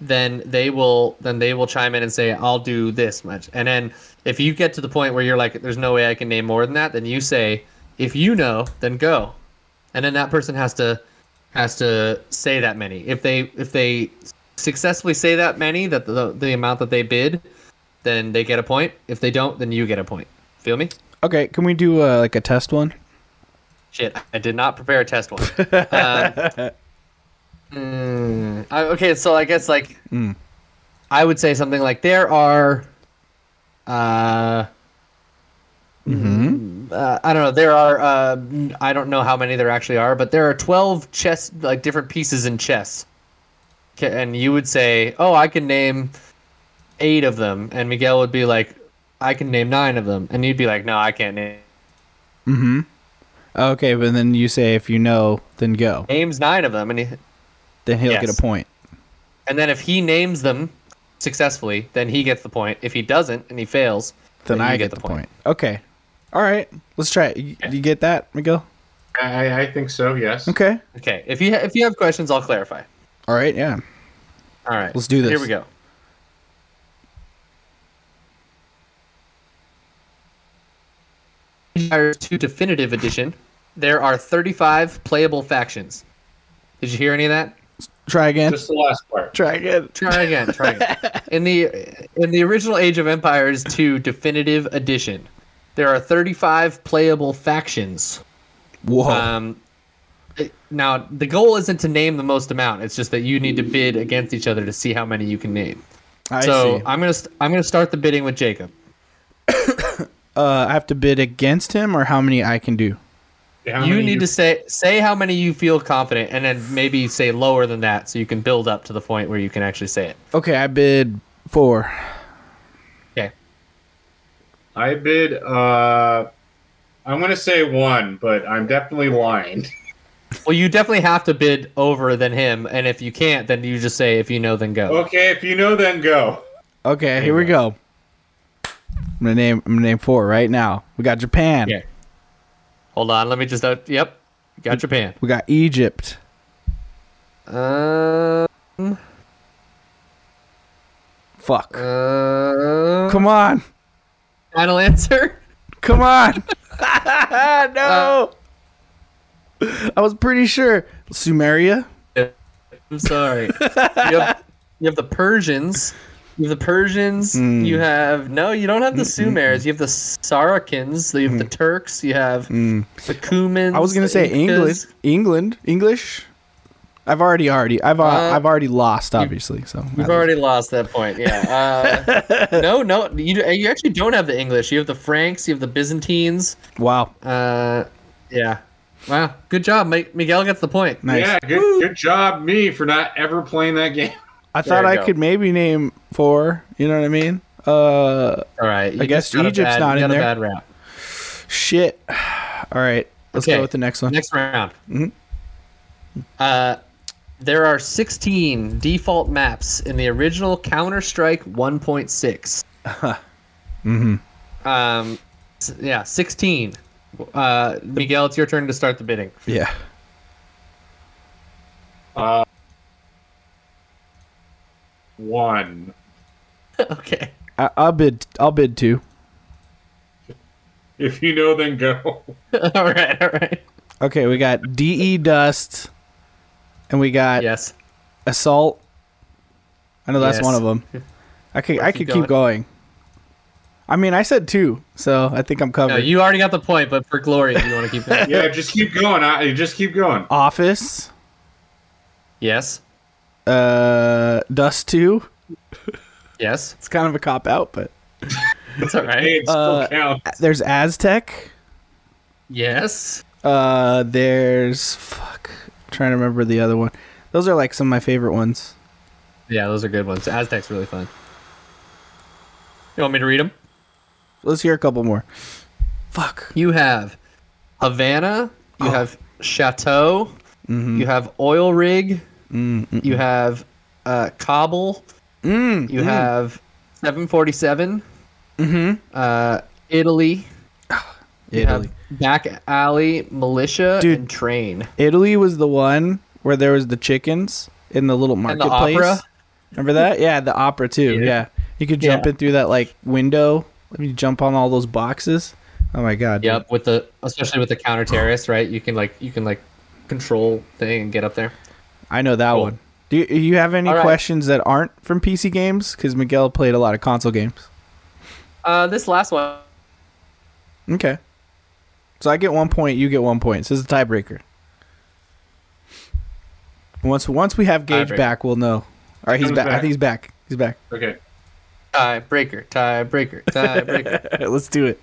then they will then they will chime in and say, "I'll do this much." And then if you get to the point where you're like, "There's no way I can name more than that," then you say, "If you know, then go." And then that person has to has to say that many. If they if they successfully say that many that the, the amount that they bid, then they get a point. If they don't, then you get a point. Feel me? okay. Can we do uh, like a test one? Shit, I did not prepare a test one. Um, mm, I- okay, so I guess like Mm. I would say something like there are, uh, Mm-hmm. uh, I don't know, there are uh, mm, I don't know how many there actually are, but there are twelve chess like different pieces in chess, K- and you would say, oh, I can name eight of them, and Miguel would be like, I can name nine of them, and you'd be like, no, I can't name. Mm-hmm. Okay, but then you say if you know, then go. Names nine of them, and he, Then he'll get Yes. a point. And then if he names them successfully, then he gets the point. If he doesn't and he fails, Then, you I get, the point. Okay. All right. Let's try it. You, you get that, Miguel? I, I think so. Yes. Okay. Okay. If you ha- if you have questions, I'll clarify. All right. Yeah. All right. Let's do this. Here we go. Empire 2 Definitive Edition. There are 35 playable factions. Did you hear any of that? Try again. Just the last part. try again. Try again. Try again. In the in the original Age of Empires 2 Definitive Edition, there are 35 playable factions. Whoa. Uh, Um, it- now the goal isn't to name the most amount. It's just that you need to bid against each other to see how many you can name. I so see. I'm gonna st- I'm gonna start the bidding with Jacob. uh, I have to bid against him or how many I can do? How you many need to say say how many you feel confident, and then maybe say lower than that, so you can build up to the point where you can actually say it. Okay, I bid four. Okay. I bid. uh I'm gonna say one, but I'm definitely lying. Well, you definitely have to bid over than him, and if you can't, then you just say if you know, then go. Okay, if you know, then go. Okay, here we go. I'm gonna name I'm gonna name four right now. We got Japan. Yeah. Hold on, let me just. Uh, yep, got Japan. We got Egypt. Um. Fuck. Uh, Come on. final answer. Come on. no. Uh, I was pretty sure. Sumeria. I'm sorry. you, have, you have the Persians. You have the Persians. Mm. You have no. You don't have the Sumerians. You have the Saracens. You have the Turks. You have the Cumans. Hmm. I was gonna the say England. Incas. England. English. I've already already I've uh, Uh, I've already lost obviously. So You've already lost that point. Yeah. Uh, no, no. You you actually don't have the English. You have the Franks. You have the Byzantines. wow. Uh, yeah. Wow. Good job, Mi- Miguel gets the point. Nice. Yeah, good, good job, me, for not ever playing that game. I thought you I go. could maybe name four. You know what I mean? Uh, All right. you I guess just got a Egypt's bad- not you in got there. a bad rap. shit. All right, let's Okay. go with the next one. Next round. Mhm. Uh, there are 16 default maps in the original Counter Strike 1.6. mm-hmm. Um, s- yeah, 16. Uh, Miguel, it's your turn to start the bidding. Yeah. One. okay. I, I'll bid. I'll bid two. If you know, then go. all right. All right. Okay, we got DE Dust, and we got Yes. Assault. I know that's Yes. one of them. I could. I keep could keep going. I mean, I said two, so I think I'm No, covered. you already got the point, but for glory, if you want to keep going. Yeah, just keep going. I just keep going. Office, Yes. uh, Dust two. Yes. It's kind of a cop out, but That's all Hey, right. it still Uh, counts. there's Aztec. Yes. Uh, there's fuck. trying to remember the other one. Those are like some of my favorite ones. Yeah, those are good ones. Aztec's really fun. You want me to read them? Let's hear a couple more. Fuck. You have Havana. You Oh. have Chateau. Mm-hmm. You have Oil Rig. You have uh, Kabul. Mm. You have 747. Mhm. Uh, Italy. You have Italy. Back Alley Militia Dude. and Train. Italy was the one where there was the chickens in the little And the marketplace. opera. Remember that? Yeah, the opera too. Yeah. Yeah. You could jump Yeah. in through that like window. Let me jump on all those boxes. Oh my god. dude. Yep, with the especially with the counter terrorist, right? You can like you can like control thing and get up there. I know that Cool. one. Do you, you have any All right. questions that aren't from PC games? Because Miguel played a lot of console games. Uh, this last one Okay. So I get one point, you get one point. So this is a tiebreaker. Once once we have Gage Tiebreaker. back, we'll know. All right, he's Comes back. I back. think he's back. He's back. Okay. tiebreaker, tiebreaker, tiebreaker. Let's do it.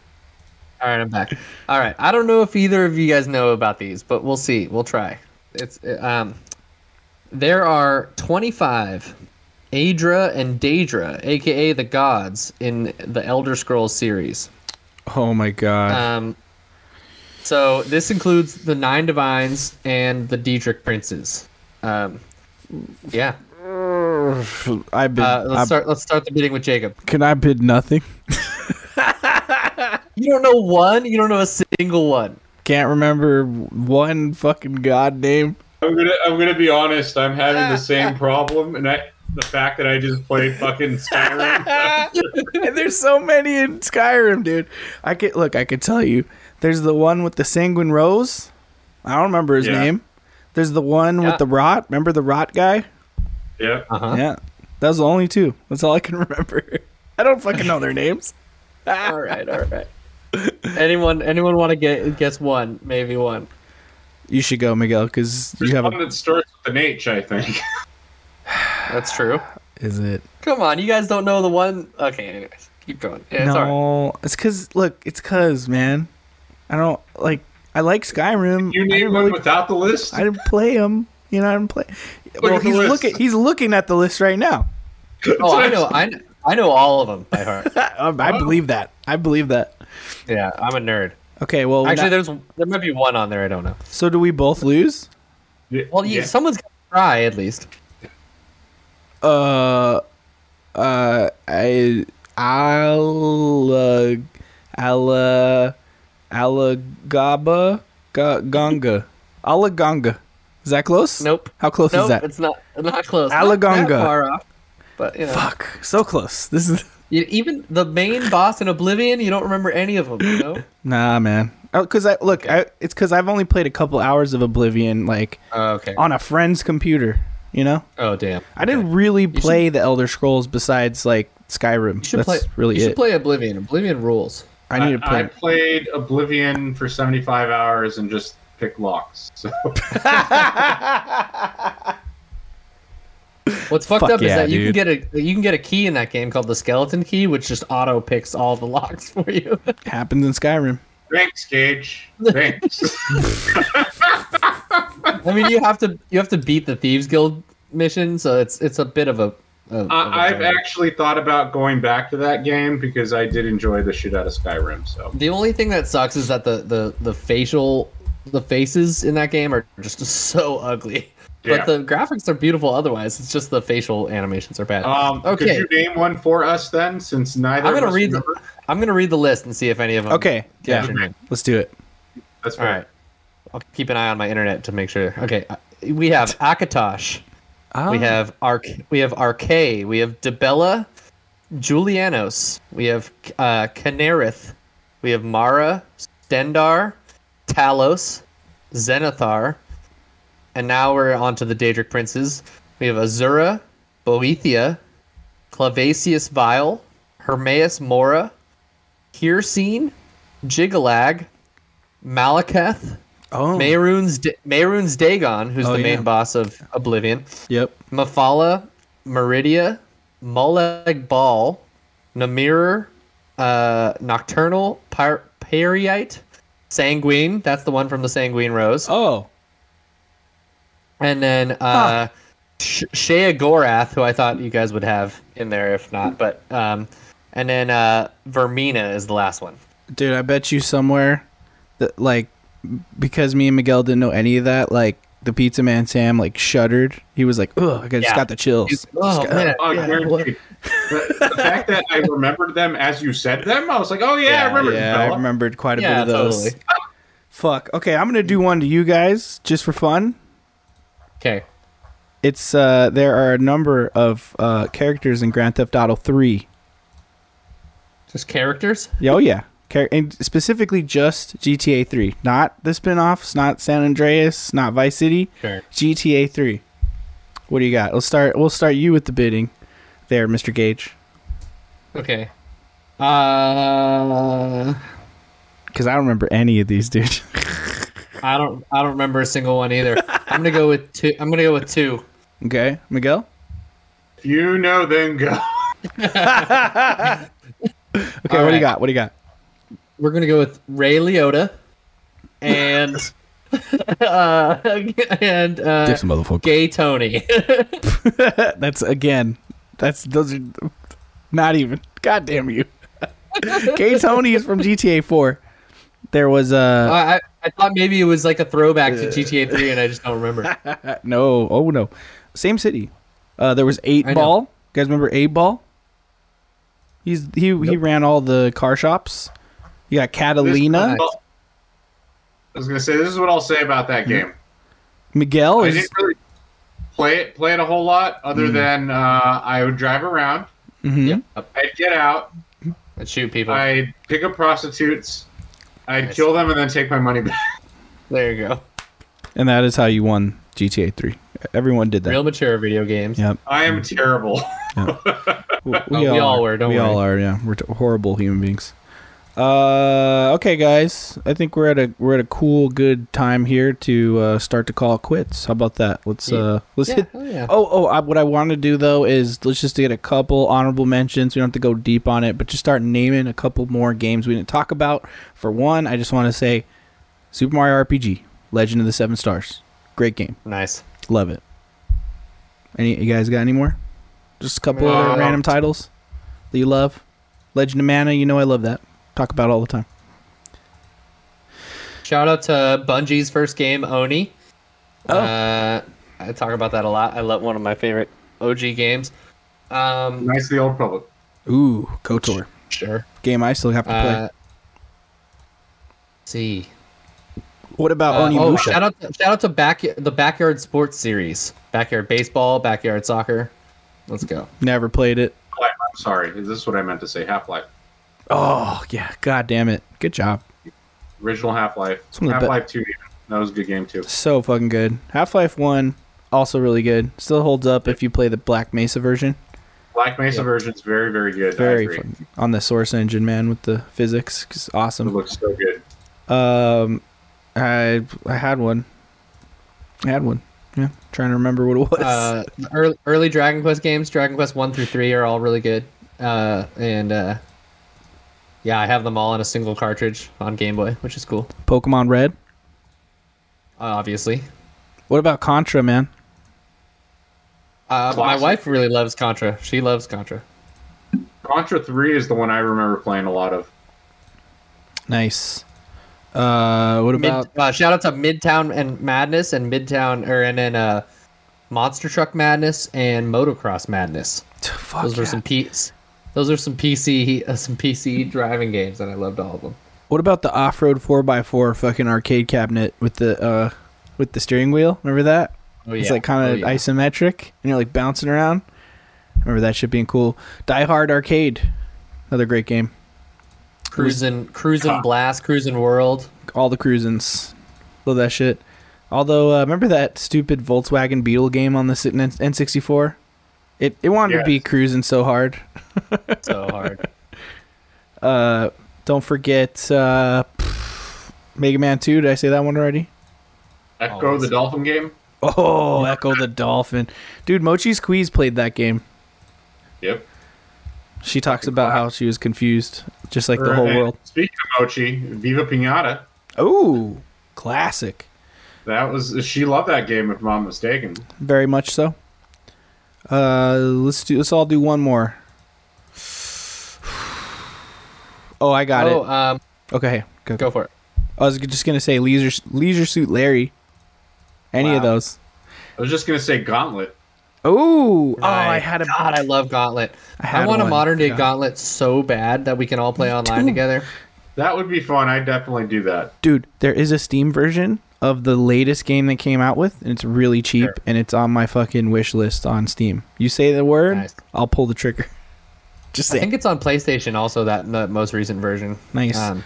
All right, I'm back. All right, I don't know if either of you guys know about these, but we'll see. We'll try. It's uh, um, there are 25 Adra and Daedra, aka the gods, in the Elder Scrolls series. Oh my god. Um, so this includes the Nine Divines and the Daedric Princes. Um, yeah. I bid. Uh, I- let's start. Let's start the meeting with Jacob. can I bid nothing? You don't know one. You don't know a single one. Can't remember one fucking god name. I'm gonna I'm gonna be honest. I'm having the same problem, and I the fact that I just played fucking Skyrim. and there's so many in Skyrim, dude. I could look. I could tell you. There's the one with the sanguine rose. I don't remember his Yeah. name. There's the one Yeah. with the rot. Remember the rot guy? yeah. Uh huh. Yeah, that was the only two. That's all I can remember. I don't fucking know their names. all right, all right. Anyone, anyone want to get guess one? Maybe one. You should go, Miguel, because There's you have one a that starts with an H, I think. That's true. Is it? Come on, you guys don't know the one. Okay, anyways, keep going. Yeah, It's all right. no, it's because look, it's because man, I don't like. I like Skyrim. You I name didn't one really- without the list? I didn't play him. You know, I didn't play. well, at the he's list. looking. He's looking at the list right now. Oh, I know. I, I know all of them by heart. I, I believe that. I believe that. Yeah, I'm a nerd. Okay. Well, Actually, actually, there's there might be one on there. I don't know. so do we both lose? Well, yeah, someone's gonna try at least. Uh, uh, I, I'll, uh, I'll, uh, Alagaba, Ga- Ganga, Alagonga. Is that close? Nope. How close nope, is that? it's not not close. Not Alagonga. that far off. But you know, Fuck, so close. This is you, even the main boss in Oblivion, you don't remember any of them. You know. nah, man. Oh, cause I look, I, it's cause I've only played a couple hours of Oblivion, like Oh, okay. on a friend's computer. You know, Oh damn. I didn't really should- play the Elder Scrolls besides like Skyrim. You should That's play. really you should it. play Oblivion. Oblivion rules. I need to I, play. played Oblivion for 75 hours and just picked locks. So What's fucked Fuck up is yeah, that you dude. can get a you can get a key in that game called the skeleton key, which just auto picks all the locks for you. Happens in Skyrim. thanks, Gage. Thanks. I mean, you have to you have to beat the thieves guild mission, so it's it's a bit of a. a- of a Oh I, I've drag. actually thought about going back to that game because I did enjoy the shit out of Skyrim. So The only thing that sucks is that the the the facial the faces in that game are just so ugly. Yeah. But the graphics are beautiful otherwise. It's just the facial animations are bad. um, okay. could you name one for us then? Since neither I'm gonna of us read the- remember? I'm going to read the list and see if any of them Okay, yeah, catch your name. let's do it. That's All fair. right. I'll keep an eye on my internet to make sure. Okay. uh, We have Akatosh. Oh. Ah. We have Arc. We have Arcay. We have Debella, Julianos. We have uh, Canarith. We have Mara, Stendar, Talos, Zenithar, and now we're on to the Daedric princes. We have Azura, Boethia, Clavasius Vile, Hermaeus Mora, Hirsine, Jigalag, Malaketh, Oh, Mehrunes D- Mehrunes Dagon, who's Oh, the yeah. main boss of Oblivion. yep. Mafala, Meridia, Molag Ball, Namir, uh, Nocturnal, Pyr- Periite, Sanguine. That's the one from the Sanguine Rose. Oh, And then uh, Sh- Shea Gorath, who I thought you guys would have in there if not. But um, And then uh, Vermina is the last one. dude, I bet you somewhere that like because me and Miguel didn't know any of that, like the pizza man Sam like shuddered. He was like, "Ugh, I just Yeah. got the chills." Oh, man. Oh, Yeah. guaranteed. the, the fact that I remembered them as you said them, I was like, oh yeah, I Yeah, remember. Yeah, I Bella. remembered quite a Yeah, bit of those. totally. Fuck. Okay, I'm gonna do one to you guys just for fun. Okay. It's uh, there are a number of uh characters in Grand Theft Auto Three. Just characters? Yeah, Oh yeah, Char- and specifically just GTA Three, not the spin-offs, not San Andreas, not Vice City. Sure. GTA Three. What do you got? We'll start. We'll start you with the bidding, there, Mister Gage, Okay. Uh. because I don't remember any of these, dude. I don't I don't remember a single one either. I'm gonna go with two I'm gonna go with two. okay, Miguel. If you know, then go. Okay, what do you Alright. got? What do you got? We're gonna go with Ray Liotta and uh, and uh, motherfucker. Gay Tony. That's again. That's those are not even. God damn you. Gay Tony is from GTA Four. There was I, uh, I I thought maybe it was like a throwback to GTA three and I just don't remember. no. Oh no. Same city. Uh, there was Eight I know. Ball. You guys remember Eight Ball? He's he he ran all the car shops. You got Catalina. This- I was gonna say this is what I'll say about Mm-hmm. that game. Miguel Oh, I is Hmm. didn't really play it play it a whole lot, other than uh, I would drive around, Mhm. I'd get out, Let's shoot people. I'd pick up prostitutes, I'd Nice. kill them, and then take my money back. There you go. and that is how you won GTA 3. Everyone did that. Real mature video games. Yep. I am terrible. We, we all were, don't Oh, we all worry. are. Yeah, we're t- horrible human beings. Uh, okay, guys. I think we're at a we're at a cool, good time here to uh, start to call it quits. How about that? Let's Yeah. uh, let's Yeah, hit. hell yeah. Oh, oh. I, what I want to do though is let's just get a couple honorable mentions. We don't have to go deep on it, but just start naming a couple more games we didn't talk about. For one, I just want to say, Super Mario RPG: Legend of the Seven Stars. Great game. Nice. Love it. Any you guys got any more? Just a couple Uh, other random titles that you love. Legend of Mana, you know I love that. Talk about it all the time. Shout out to Bungie's first game, Oni. Oh. Uh, I talk about that a lot. I love one of my favorite OG games. Um, Nicely old public. Ooh, Kotor. sure. Game I still have to play. Uh, let's see. what about Uh, oh, Onimusha? shout out! To, shout out to back the backyard sports series, backyard baseball, backyard soccer. Let's go. Never played it. Half-Life, I'm sorry. Is this what I meant to say? Half Life. Oh, yeah. God damn it. Good job. Original Half Life. It's one of the Half be- Life 2. even. That was a good game, too. So fucking good. Half Life 1, also really good. Still holds up if you play the Black Mesa version. Black Mesa Yeah. version is very, very good. I Very agree. fun. On the Source Engine, man, with the physics. It's It awesome. looks so good. Um, I I had one. I had one. Yeah, trying to remember what it was. Uh, the early, early Dragon Quest games, Dragon Quest one through three, are all really good. Uh, and uh, yeah, I have them all in a single cartridge on Game Boy, which is cool. Pokemon Red. Uh, obviously, What about Contra, man? uh, my Classic. wife really loves Contra. She loves Contra. Contra 3 is the one I remember playing a lot of. Nice. Uh, what Mid, about uh, shout out to Midtown and Madness and Midtown or and then uh, Monster Truck Madness and Motocross Madness. fuck? Those yeah. were some P's. Those are some PC uh, some PC driving games, and I loved all of them. What about the off-road four x four fucking arcade cabinet with the uh with the steering wheel? Remember that? Oh, It's like kind of Oh, yeah. isometric, and you're like bouncing around. Remember that shit being cool. Die Hard Arcade, another great game. cruising, cruising blast, cruising world. all the cruisins. Love that shit. Although, uh, remember that stupid Volkswagen Beetle game on the Sit- N- N64? It it wanted to be Yes. cruising so hard. So hard. Uh, don't forget uh, pff, Mega Man 2. Did I say that one already? Echo Always. the Dolphin game? Oh, Echo the Dolphin. Dude, Mochi Squeeze played that game. Yep. She talks about how she was confused, just like the whole And world. Speaking of Mochi, Viva Pinata. Oh, classic. That was she loved that game, if I'm not mistaken. Very much so. Uh, let's do. Let's all do one more. Oh, I got oh, it. um, Okay, go. go for it. I was just gonna say Leisure Leisure Suit Larry. Any of Wow. those? I was just gonna say Gauntlet. Oh, oh, I Right. had a. God, I love Gauntlet. I I, had want a one. modern day Yeah. Gauntlet so bad that we can all play online too. together. That would be fun. I'd definitely do that. Dude, there is a Steam version of the latest game they came out with, and it's really cheap, Sure. and it's on my fucking wish list on Steam. You say the word, Nice. I'll pull the trigger. Just I saying. think it's on PlayStation also. That the most recent version. Nice. Um,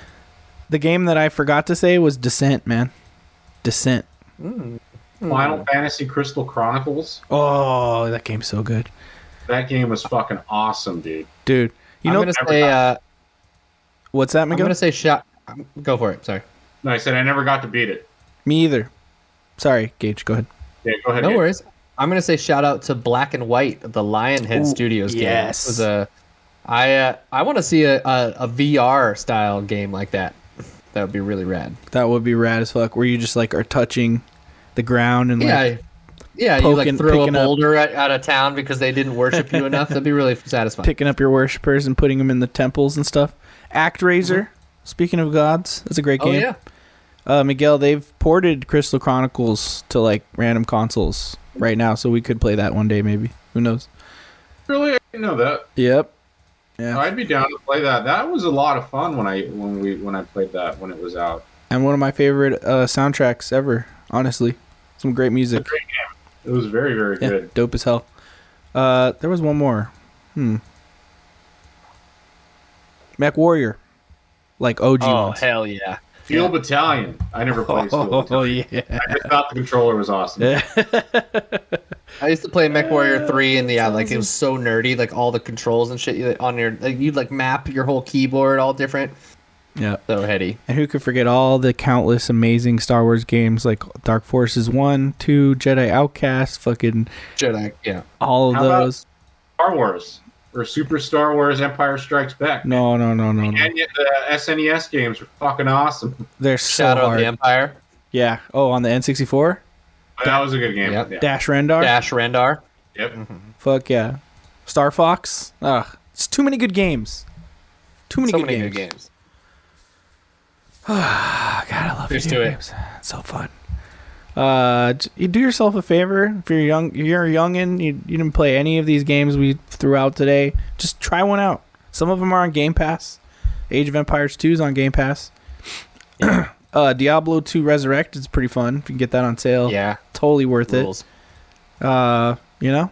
the game that I forgot to say was Descent, man. Descent. Final Fantasy Crystal Chronicles. Oh, that game's so good, That game was fucking awesome, dude. dude. You I'm know gonna say. Uh, what's that, I'm Miguel? gonna say. Shot. Go for it. Sorry. No, I said I never got to beat it. Me either. Sorry, Gage. Go ahead. Yeah, go ahead. No Gabe. worries. I'm gonna say shout out to Black and White, the Lionhead Ooh, Studios game. yes. It was a, I uh, I want to see a, a, a VR style game like that. That would be really rad. That would be rad as fuck. Where you just like are touching the ground and Yeah, like, I- yeah. You Poking- like throw a picking up- boulder at, out of town because they didn't worship you enough. That'd be really satisfying. picking up your worshippers and putting them in the temples and stuff. ActRaiser. Speaking of gods, that's a great Mm-hmm. oh game. yeah. Uh, Miguel, they've ported Crystal Chronicles to like random consoles right now, so we could play that one day maybe. Who knows? Really, I didn't know that. Yep. Yeah. I'd be down to play that. That was a lot of fun when I when we when I played that when it was out. And one of my favorite uh, soundtracks ever. Honestly, some great music. It was very very Yeah, good. dope as hell. Uh, there was one more. Hmm. Mech Warrior, like OG Oh ones. hell yeah. Steel Battalion. I never played Steel Oh, Battalion. yeah. I just thought the controller was awesome. I used to play Uh, MechWarrior 3 and yeah, like it was so nerdy, like all the controls and shit you- on your like you'd like map your whole keyboard all different. Yeah. So heady. And who could forget all the countless amazing Star Wars games like Dark Forces 1, 2, Jedi Outcast, fucking Jedi. Yeah. all of How about- those. Star Wars or Super Star Wars Empire Strikes Back. No, no, no, no, no. And yet the SNES games are fucking awesome. They're so Shadow of hard. the Empire. Yeah. Oh, on the N64? That was a good game. Yep. Yeah. Dash Rendar? Dash Rendar. Yep. Fuck yeah. Star Fox? Ugh. It's too many good games. Too many, so good, many games. good games. Oh, God, I love Here's video to it. games. It's so fun. Uh, j- you do yourself a favor if you're young. If you're a youngin, you you didn't play any of these games we threw out today. Just try one out. Some of them are on Game Pass. Age of Empires 2 is on Game Pass. uh, Diablo 2 Resurrect is pretty fun. If you can get that on sale, Yeah. totally worth Oh, it. Rules. Uh, you know,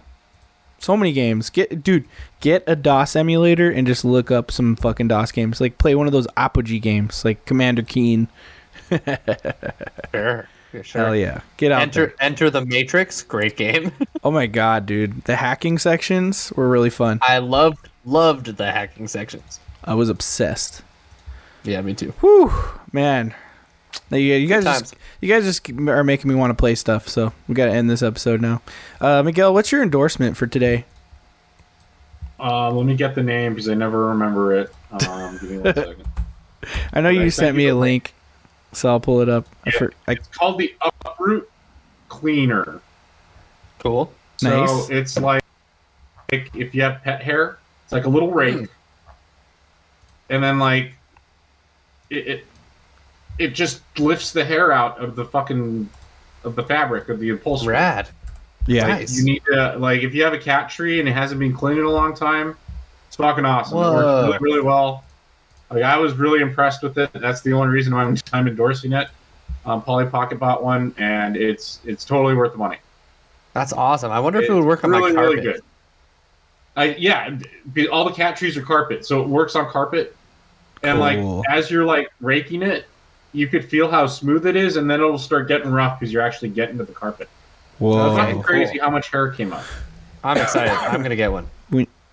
so many games. Get dude, get a DOS emulator and just look up some fucking DOS games. Like play one of those Apogee games, like Commander Keen. Sure. Sure. Hell yeah, get out Enter there. Enter the Matrix. Great game. Oh my god, dude, the hacking sections were really fun. I loved loved the hacking sections. I was obsessed. Yeah, me too. Whew, man. Now, You, you guys just times. you guys just are making me want to play stuff. So we got to end this episode now. Uh, Miguel, what's your endorsement for today? Uh, let me get the name because I never remember it. Um, give me one second. I know Did I you send sent you me a the link, so I'll pull it up. I Yeah, for- I- It's called the Uproot Cleaner. Cool. So Nice. it's like, like if you have pet hair, it's like a little rake, and then like it, it it just lifts the hair out of the fucking of the fabric of the upholstery. Rad. yeah. Nice. You need to like if you have a cat tree and it hasn't been cleaned in a long time, it's fucking awesome. It Whoa. works really, really well. Like I was really impressed with it. That's the only reason why I'm, I'm endorsing it. Um, Polly Pocket bought one, and it's it's totally worth the money. That's awesome. I wonder if it It's would work on my really, carpet. really good. I, yeah, be- all the cat trees are carpet, so it works on carpet. And Cool. like as you're like raking it, you could feel how smooth it is, and then it'll start getting rough because you're actually getting to the carpet. Whoa. It's fucking Oh, cool. crazy how much hair came up. I'm excited. I'm gonna get one.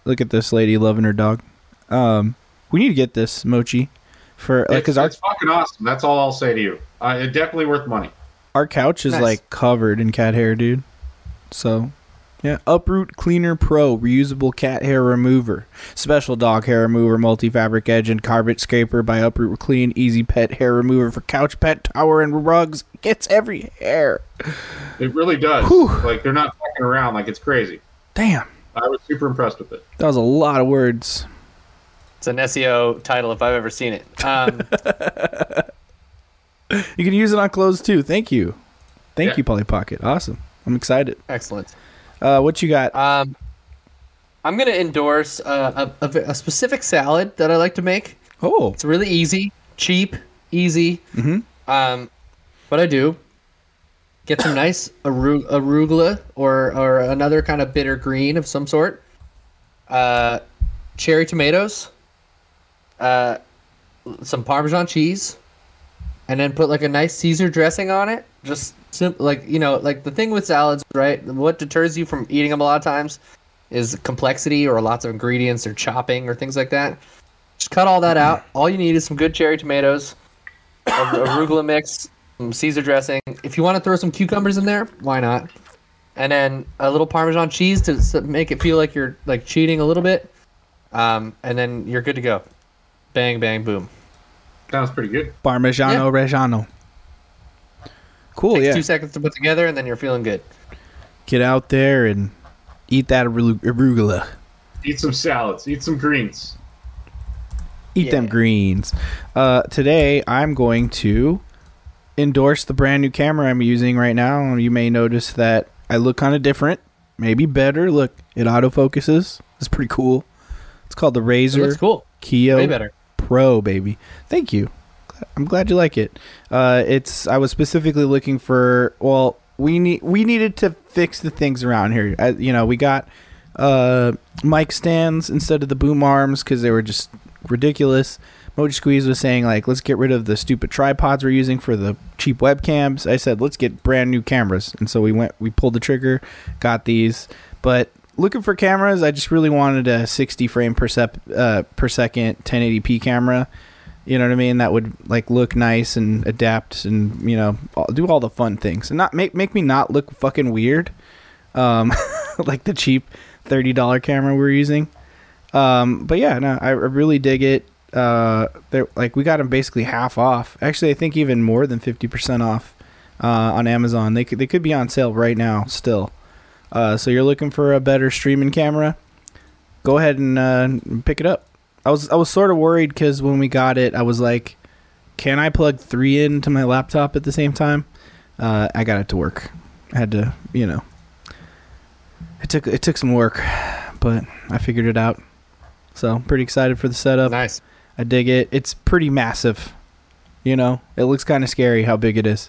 look at this lady loving her dog. Um, we need to get this mochi for like It's, because our it's fucking awesome. That's all I'll say to you. Uh, it's definitely worth money. our couch is Nice. like covered in cat hair, dude. So, yeah, Uproot Cleaner Pro reusable cat hair remover, special dog hair remover, multi fabric edge and carpet scraper by Uproot Clean, easy pet hair remover for couch, pet tower, and rugs. Gets every hair. It really does. Whew. Like they're not fucking around. Like it's crazy. Damn, I was super impressed with it. that was a lot of words. It's an SEO title if I've ever seen it. Um, You can use it on clothes too. Thank you, thank Yeah. you, Polly Pocket. Awesome. I'm excited. excellent. Uh, what you got? Um, I'm gonna endorse uh, a, a, a specific salad that I like to make. Oh, It's really easy, cheap, easy. Mhm. Um, what I do, get some nice arug- arugula or, or another kind of bitter green of some sort, uh, cherry tomatoes, uh, some Parmesan cheese, and then put like a nice Caesar dressing on it. Just sim- like, you know, like the thing with salads, right? What deters you from eating them a lot of times is complexity or lots of ingredients or chopping or things like that. Just cut all that out. All you need is some good cherry tomatoes, of the arugula mix, some Caesar dressing. If you want to throw some cucumbers in there, why not? And then a little Parmesan cheese to s- make it feel like you're like cheating a little bit. Um, and then you're good to go. Bang, bang, boom. Sounds pretty good. Parmigiano Yeah. Reggiano. Cool, Takes yeah. two seconds to put together, and then you're feeling good. Get out there and eat that arug- arugula. Eat some salads. Eat some greens. Eat them Yeah. greens. Uh, today, I'm going to endorse the brand new camera I'm using right now. You may notice that I look kind of different, maybe better. Look, it autofocuses. It's pretty cool. It's called the It looks Razor cool. Keo Way better. Pro, baby. Thank you. I'm glad you like it. Uh, it's I was specifically looking for. Well, we need we needed to fix the things around here. Uh you know, we got uh, mic stands instead of the boom arms because they were just ridiculous. Moji Squeeze was saying like, let's get rid of the stupid tripods we're using for the cheap webcams. I said, let's get brand new cameras, and so we went. We pulled the trigger, got these. But looking for cameras, I just really wanted a 60 frame per, sep- uh, per second 1080p camera You know what I mean? That would like look nice and adapt and you know all, do all the fun things and not make make me not look fucking weird, um, like the cheap thirty dollar camera we're using. Um, but yeah, no, I I really dig it. Uh, they're like we got them basically half off. Actually, I think even more than fifty percent off uh, on Amazon. They could they could be on sale right now still. Uh, so you're looking for a better streaming camera? Go ahead and uh, pick it up. I was I was sort of worried because when we got it, I was like, "Can I plug three into my laptop at the same time?" Uh, I got it to work. I had to, you know, it took it took some work, but I figured it out. So pretty excited for the setup. Nice. I dig it. It's pretty massive. You know, it looks kind of scary how big it is.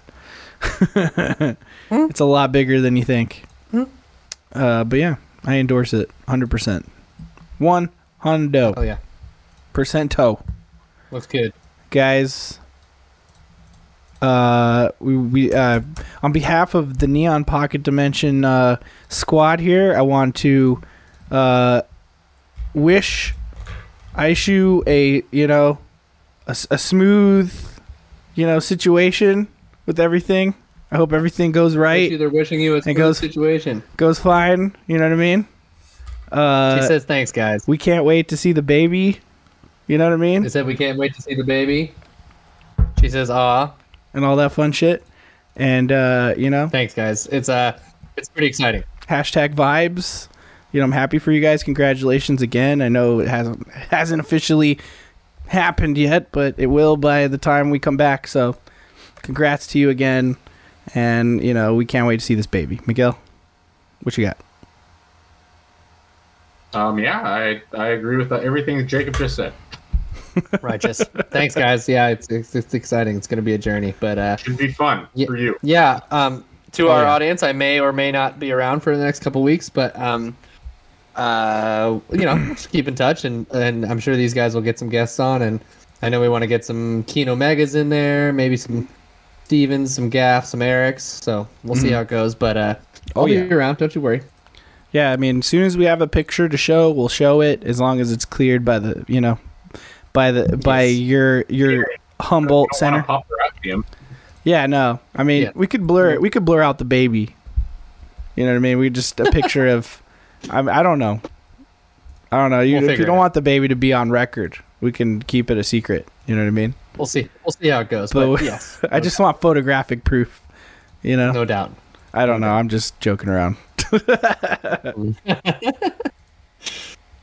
It's a lot bigger than you think. Uh, but yeah, I endorse it 100%. One Oh hundo yeah, percento, looks good. guys. Uh, we we uh, on behalf of the Neon Pocket Dimension uh squad here, I want to uh wish Aishu a you know a, s- a smooth you know situation with everything. I hope everything goes right. They're wishing you a smooth goes- situation. goes fine. You know what I mean? She Uh, says thanks, guys. we can't wait to see the baby. You know what I mean? They said we can't wait to see the baby. She says, "Ah, And all that fun shit. And uh, you know, thanks, guys. It's uh, it's pretty exciting." hashtag vibes. You know, I'm happy for you guys. Congratulations again. I know it hasn't hasn't officially happened yet, but it will by the time we come back. So, congrats to you again. And you know, we can't wait to see this baby, Miguel. What you got? Um, yeah, I, I agree with everything that Jacob just said. Righteous. thanks, guys. Yeah, it's, it's it's exciting. It's gonna be a journey, but uh, Should be fun Yeah. for you. Yeah. Um, to Oh, our yeah. audience, I may or may not be around for the next couple weeks, but um, uh, you know, just keep in touch, and and I'm sure these guys will get some guests on, and I know we want to get some Kino Megas in there, maybe some Stevens, some Gaff, some Erics. So we'll see how it goes, but uh, I'll Oh, be yeah. around. Don't you worry. Yeah, I mean, as soon as we have a picture to show, we'll show it as long as it's cleared by the, you know, by the by Yes. your your humble Don't wanna center. pop her out, Liam. Yeah, no. I mean, Yeah. we could blur it. We could blur out the baby. You know what I mean? We just a picture of I I don't know. I don't know. You, We'll if figure you it don't want out. the baby to be on record, we can keep it a secret. You know what I mean? We'll see. We'll see how it goes. But, But yes, I just want photographic proof. You know? no doubt. I don't know. I'm just joking around.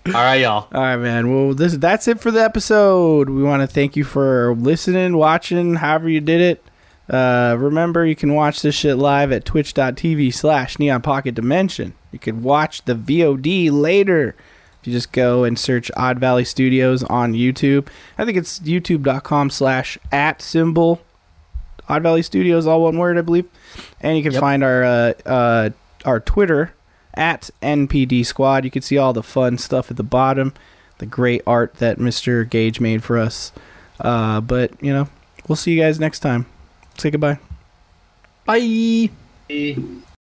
All right, y'all. All right, man. Well, this that's it for the episode. We want to thank you for listening, watching, however you did it. Uh, remember, you can watch this shit live at twitch.tv slash neon pocket dimension. You can watch the VOD later if you just go and search Odd Valley Studios on YouTube. I think it's youtube.com slash at symbol Odd Valley Studios, all one word, I believe. And you can Yep. find our uh, uh, our Twitter at NPD Squad. You can see all the fun stuff at the bottom, the great art that Mr. Gage made for us. Uh, but you know, we'll see you guys next time. Say goodbye. Bye.